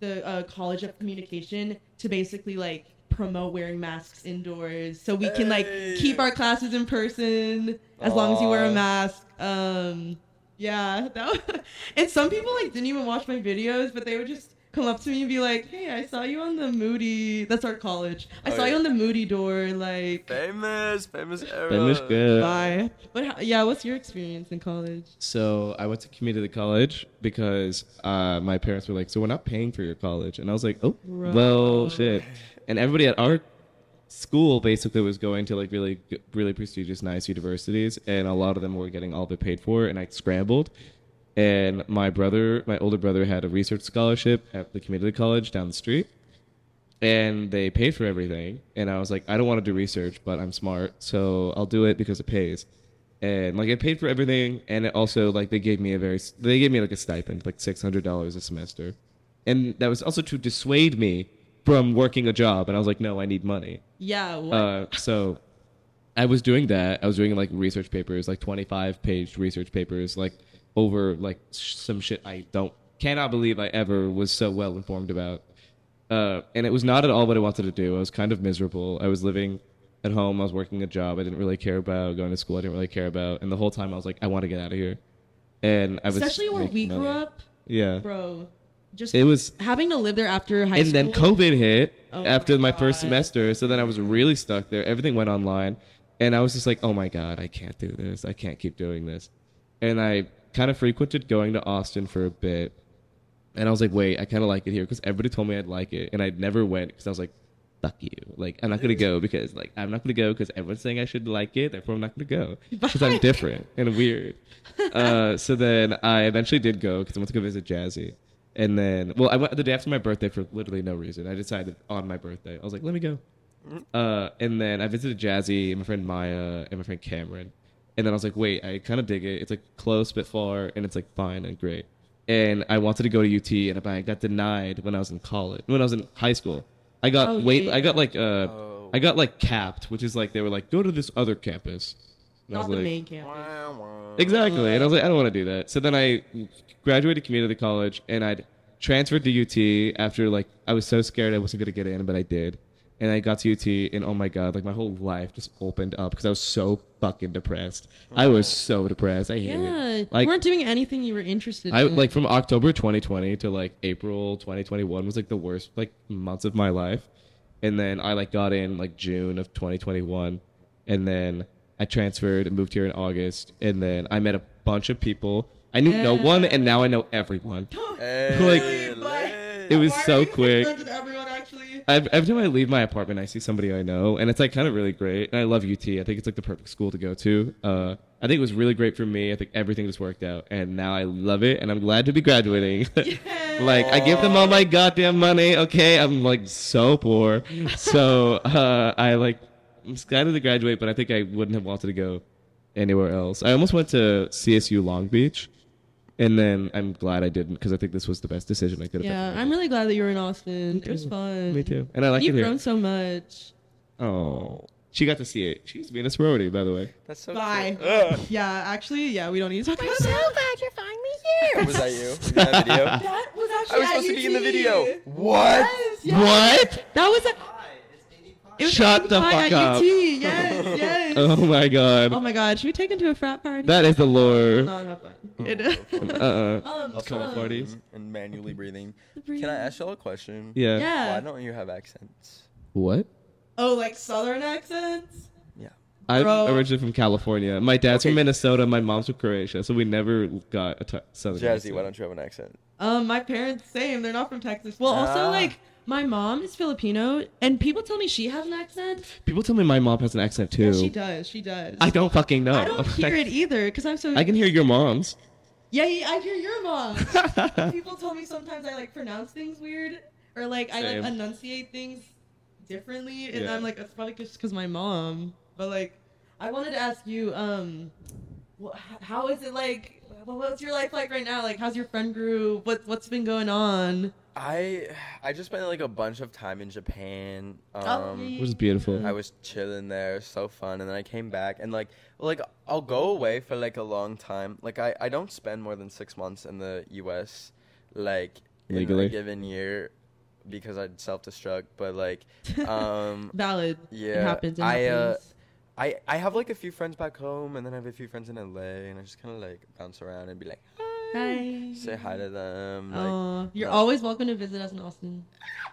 S1: the uh, College of Communication to basically like promote wearing masks indoors so we can like keep our classes in person as long as you wear a
S3: Aw.
S1: mask. Um. Yeah, that was, and some people like didn't even watch my videos, but they would just come up to me and be like, "Hey, I saw you on the Moody. That's our college. I
S3: Oh,
S1: saw
S3: yeah.
S1: you on the Moody door. Like,
S3: Famous, famous era.
S2: Finish good.
S1: bye." But how, yeah, what's your experience in college?
S2: So I went to community college because uh, my parents were like, "So we're not paying for your college," and I was like, "Oh,
S1: Right.
S2: well, shit." And everybody at our school basically was going to like really, really prestigious, nice universities, and a lot of them were getting all of it paid for. And I scrambled, and my brother, my older brother, had a research scholarship at the community college down the street, and they paid for everything. And I was like, I don't want to do research, but I'm smart, so I'll do it because it pays. And like, it paid for everything, and it also like they gave me a very they gave me like a stipend, like six hundred dollars a semester, and that was also to dissuade me from working a job. And I was like, no, I need money.
S1: Yeah, what?
S2: Uh, so I was doing that. I was doing like research papers, like 25 page research papers, like over like sh- some shit I don't cannot believe I ever was so well informed about. Uh, and it was not at all what I wanted to do. I was kind of miserable. I was living at home. I was working a job I didn't really care about. Going to school I didn't really care about. And the whole time I was like, I want to get out of here. And I was
S1: especially where
S2: making
S1: we grew
S2: money.
S1: up,
S2: Yeah,
S1: bro. Just
S2: it was
S1: having to live there after high
S2: and
S1: school.
S2: then COVID hit
S1: Oh
S2: after
S1: my
S2: my first
S1: God.
S2: semester. So then I was really stuck there. Everything went online. And I was just like, oh my God, I can't do this. I can't keep doing this. And I kind of frequented going to Austin for a bit. And I was like, wait, I kind of like it here because everybody told me I'd like it. And I never went because I was like, fuck you. Like, I'm not going to go because, like, I'm not going to go because everyone's saying I should like it. Therefore, I'm not going to go because I'm different and weird. Uh, so then I eventually did go because I went to go visit Jazzy. And then, well, I went the day after my birthday for literally no reason. I decided on my birthday. I was like, let me go. Uh, and then I visited Jazzy and my friend Maya and my friend Cameron. And then I was like, wait, I kind of dig it. It's like close but far, and it's like fine and great. And I wanted to go to UT, and I got denied when I was in college, when I was in high school. I got
S1: Oh,
S2: wait,
S1: yeah.
S2: I got like uh,
S3: Oh.
S2: I got like capped, which is like they were like, go to this other campus. And I
S1: not
S2: was
S1: the
S2: like,
S1: main campus.
S2: Exactly. And I was like, I don't want to do that. So then I graduated community college and I'd transferred to UT after like I was so scared I wasn't gonna get in, but I did. And I got to UT and oh my god, like my whole life just opened up because I was so fucking depressed. I was so depressed. I hated
S1: Yeah,
S2: it. Like
S1: you weren't doing anything you were interested
S2: I
S1: in.
S2: like from October 2020 to like April 2021 was like the worst like months of my life. and then I like got in like June of 2021, and then I transferred and moved here in August, and then I met a bunch of people. I knew no one, and now I know everyone.
S3: Hey,
S1: Like,
S2: It was so
S1: Friends
S2: quick.
S1: with everyone actually.
S2: Ev- Every time I leave my apartment, I see somebody I know, and it's like kind of really great. And I love UT. I think it's like the perfect school to go to. Uh, I think it was really great for me. I think everything just worked out, and now I love it, and I'm glad to be graduating. like I give them all my goddamn money. Okay, I'm like so poor, so uh, I like I'm just glad to graduate, but I think I wouldn't have wanted to go anywhere else. I almost went to CSU Long Beach, and then I'm glad I didn't because I think this was the best decision I could have.
S1: Yeah,
S2: ever
S1: I'm
S2: made.
S1: really glad that you were in Austin. It was fun.
S2: Me too, and I like
S1: You've
S2: it here.
S1: grown so much.
S2: Oh. She got to see it. She used to be in a sorority, by the way.
S3: That's so
S1: Bye.
S3: cute. Ugh.
S1: Yeah, actually, yeah, we don't need to talk about
S6: So
S1: that.
S6: glad you're finally here.
S3: Was that you? Was that video?
S5: That was
S3: I
S5: actually at
S3: was supposed to be in the
S5: UT.
S3: video.
S1: E.
S3: What?
S1: Yes, yes.
S2: What?
S1: That was a.
S4: Hi, it's 85.
S1: It was
S2: Shut the
S1: hi
S2: fuck
S1: at
S2: up.
S1: UT. Yes, yes.
S2: Oh my god.
S1: Oh my God, should we take him to a frat party?
S2: that is the lore.
S1: not have fun. It-
S2: Uh uh
S5: Um,
S2: Come on,
S5: um,
S2: party.
S3: And- And manually breathing.
S1: breathing.
S3: Can I ask y'all a question?
S2: Yeah.
S3: Why
S1: yeah.
S3: don't you have accents?
S2: What?
S1: Oh, like Southern accents.
S3: Yeah.
S2: I'm
S1: Bro.
S2: originally from California. My dad's
S3: Okay.
S2: from Minnesota. My mom's from Croatia. So we never got a t- southern.
S3: Jazzy, why
S2: accent.
S3: don't you have an accent?
S1: Um, my parents same. They're not from Texas. Well, also
S3: Ah.
S1: like my mom is Filipino, and people tell me she has an accent.
S2: People tell me my mom has an accent too.
S1: Yeah, she does. She does.
S2: I don't fucking know.
S1: I don't hear it either because I'm so.
S2: I can hear your mom's.
S1: Yeah, yeah, I hear your mom. People tell me sometimes I like pronounce things weird or like I
S2: Same.
S1: like enunciate things differently, and
S2: Yeah.
S1: I'm like that's probably just because my mom. But like, I wanted to ask you, um, wh- how is it like? wh- What's your life like right now? Like, how's your friend group? What what's been going
S2: Um,
S1: on?
S3: I I just spent like a bunch of time in Japan. Um,
S1: Oh,
S2: Which is beautiful.
S3: I was chilling there, so fun, and then I came back and like like I'll go away for like a long time. Like I I don't spend more than six months in the U.S. like in
S2: Legally.
S3: a given year because I'd self destruct. But like um
S1: Valid.
S3: yeah,
S1: it happens. It
S3: I, uh,
S1: happens.
S3: I, I have like a few friends back home, and then I have a few friends in LA, and I just kind of like bounce around and be like,
S1: Hi.
S3: say hi to them. Like,
S1: Aw, you're
S3: no.
S1: always welcome to visit us in Austin.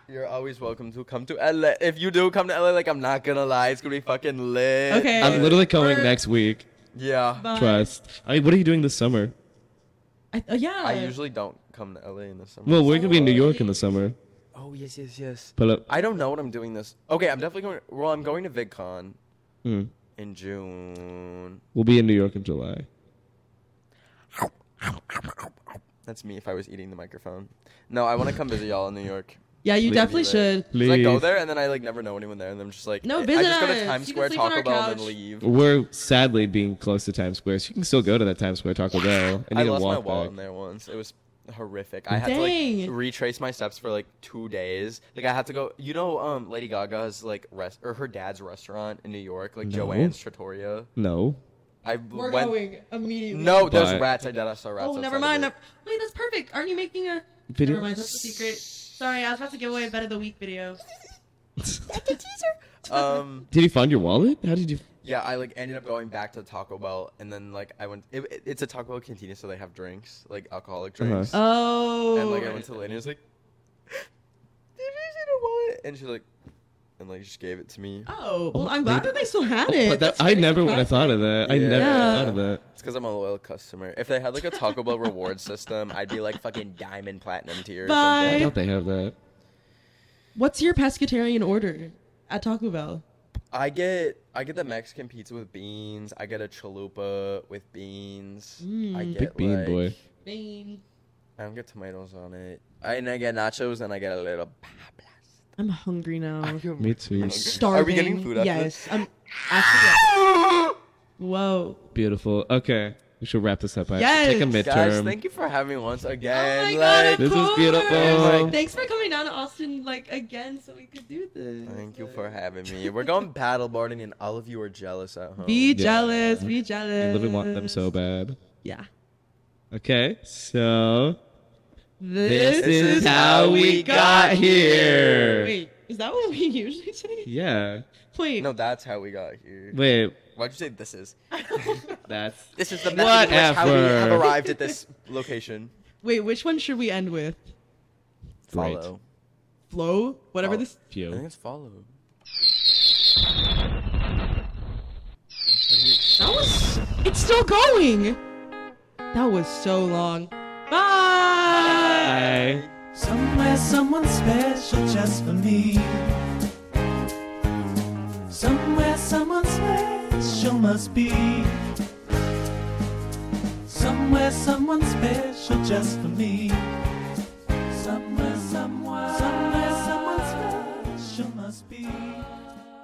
S3: You're always welcome to come to LA. If you do come to LA, like I'm not gonna lie, it's gonna be fucking lit.
S1: Okay.
S2: I'm literally going
S1: Or-
S2: next week.
S3: Yeah.
S1: Bye.
S2: Trust. I mean, what are you doing this summer?
S1: I, oh, yeah.
S3: I usually don't come to LA in the summer.
S2: Well, we're gonna be in New York in the summer. uh,
S3: oh yes, yes, yes.
S2: Pull up.
S3: I don't know what I'm doing this. Okay, I'm definitely going. Well, I'm going to VidCon
S2: Mm.
S3: in June.
S2: We'll be in New York in July.
S3: That's me if I was eating the microphone. No, I want to come visit y'all in New York.
S1: yeah, you
S3: Leave
S1: definitely
S3: me there.
S1: should.
S3: Cause
S2: Please.
S3: I go there and then I like never know anyone there, and I'm just like,
S1: No,
S3: I-
S1: visit
S3: I just go
S1: us.
S3: to Times
S1: You can
S3: Square,
S1: sleep on
S3: Taco
S1: our
S3: Bell, and
S1: couch.
S3: then leave.
S2: We're sadly being close to Times Square, so you can still go to that Times Square Taco Bell. I
S3: I
S2: need to
S3: lost my
S2: walk
S3: wallet
S2: back.
S3: in there once. It was horrific. I had to
S1: Dang.
S3: like retrace my steps for like two days. Like I had to go. You know, um, Lady Gaga's like rest or her dad's restaurant in New York, like
S2: No.
S3: Joanne's Trattoria.
S2: No,
S3: I
S1: We're
S3: went.
S1: going immediately.
S3: No, there's
S2: But-
S3: rats. I did. I saw rats.
S1: Oh, never
S3: outside of
S1: mind.
S3: it.
S1: Never- Wait, that's perfect. Aren't you making a
S2: Video?
S1: Never mind, that's a secret. Sorry, I was about to give away a bet of the week video.
S3: Um,
S2: did you find your wallet? How did you?
S3: yeah, I like ended up going back to Taco Bell, and then like I went. It, it- it's a Taco Bell cantina, so they have drinks, like alcoholic
S2: Uh-huh.
S3: drinks.
S1: Oh.
S3: And like I went to the lady, and I was like, "Did you see the wallet?" And she like, and like just gave it to me.
S1: Oh,
S2: Oh,
S1: well, I'm
S2: they-
S1: glad that they still had it.
S2: Oh, But that,
S1: That's
S2: I
S1: pretty
S2: never would have
S1: surprising.
S2: thought of that. I never would
S1: Yeah.
S2: have thought of that.
S3: It's because I'm a loyal customer. If they had like a Taco Bell reward system, I'd be like fucking diamond platinum tier. or
S1: Bye.
S2: I
S3: something.
S2: don't they have that.
S1: What's your pescatarian order at Taco Bell?
S3: I get I get the Mexican pizza with beans. I get a chalupa with beans. I
S1: Mm.
S3: get
S2: Big bean
S3: like-
S2: boy.
S1: Bean.
S3: I don't get tomatoes on it. I, and I get nachos and I get a little. pablas.
S1: I'm hungry now.
S2: Me too.
S1: Starving.
S3: Are we getting food after
S1: Yes.
S3: this?
S1: I'm. Actually, Whoa.
S2: Beautiful. Okay, we should wrap this up. I have to
S1: Yes.
S2: take a midterm.
S3: Guys, thank you for having me once
S1: Oh my
S3: again.
S1: god,
S3: like,
S1: of
S2: This is
S1: course.
S2: beautiful.
S1: Thanks for coming down to Austin like again so we could do this.
S3: thank you for having me. We're going paddleboarding and all of you are jealous at home.
S1: Be
S2: Yeah.
S1: jealous, be
S2: I
S1: jealous.
S2: literally want them so bad.
S1: Yeah.
S2: Okay, so
S1: This,
S3: is how we got
S2: here.
S1: Wait, is that what we usually say?
S2: yeah.
S1: Wait.
S3: No, that's how we got here.
S2: Wait,
S3: Why'd you say this is?
S2: that's
S3: This is the method in which how we have
S2: Whatever.
S3: arrived at this location.
S1: Wait, which one should we end with?
S2: great.
S3: Follow.
S1: flow, whatever
S3: Oh.
S1: this.
S3: I think
S2: Phew.
S3: it's follow.
S1: That was. It's still going. That was so long. Bye.
S2: Bye.
S7: Somewhere someone special just for me. Somewhere someone special must be. Somewhere someone special just for me. Somewhere someone, somewhere someone special must be.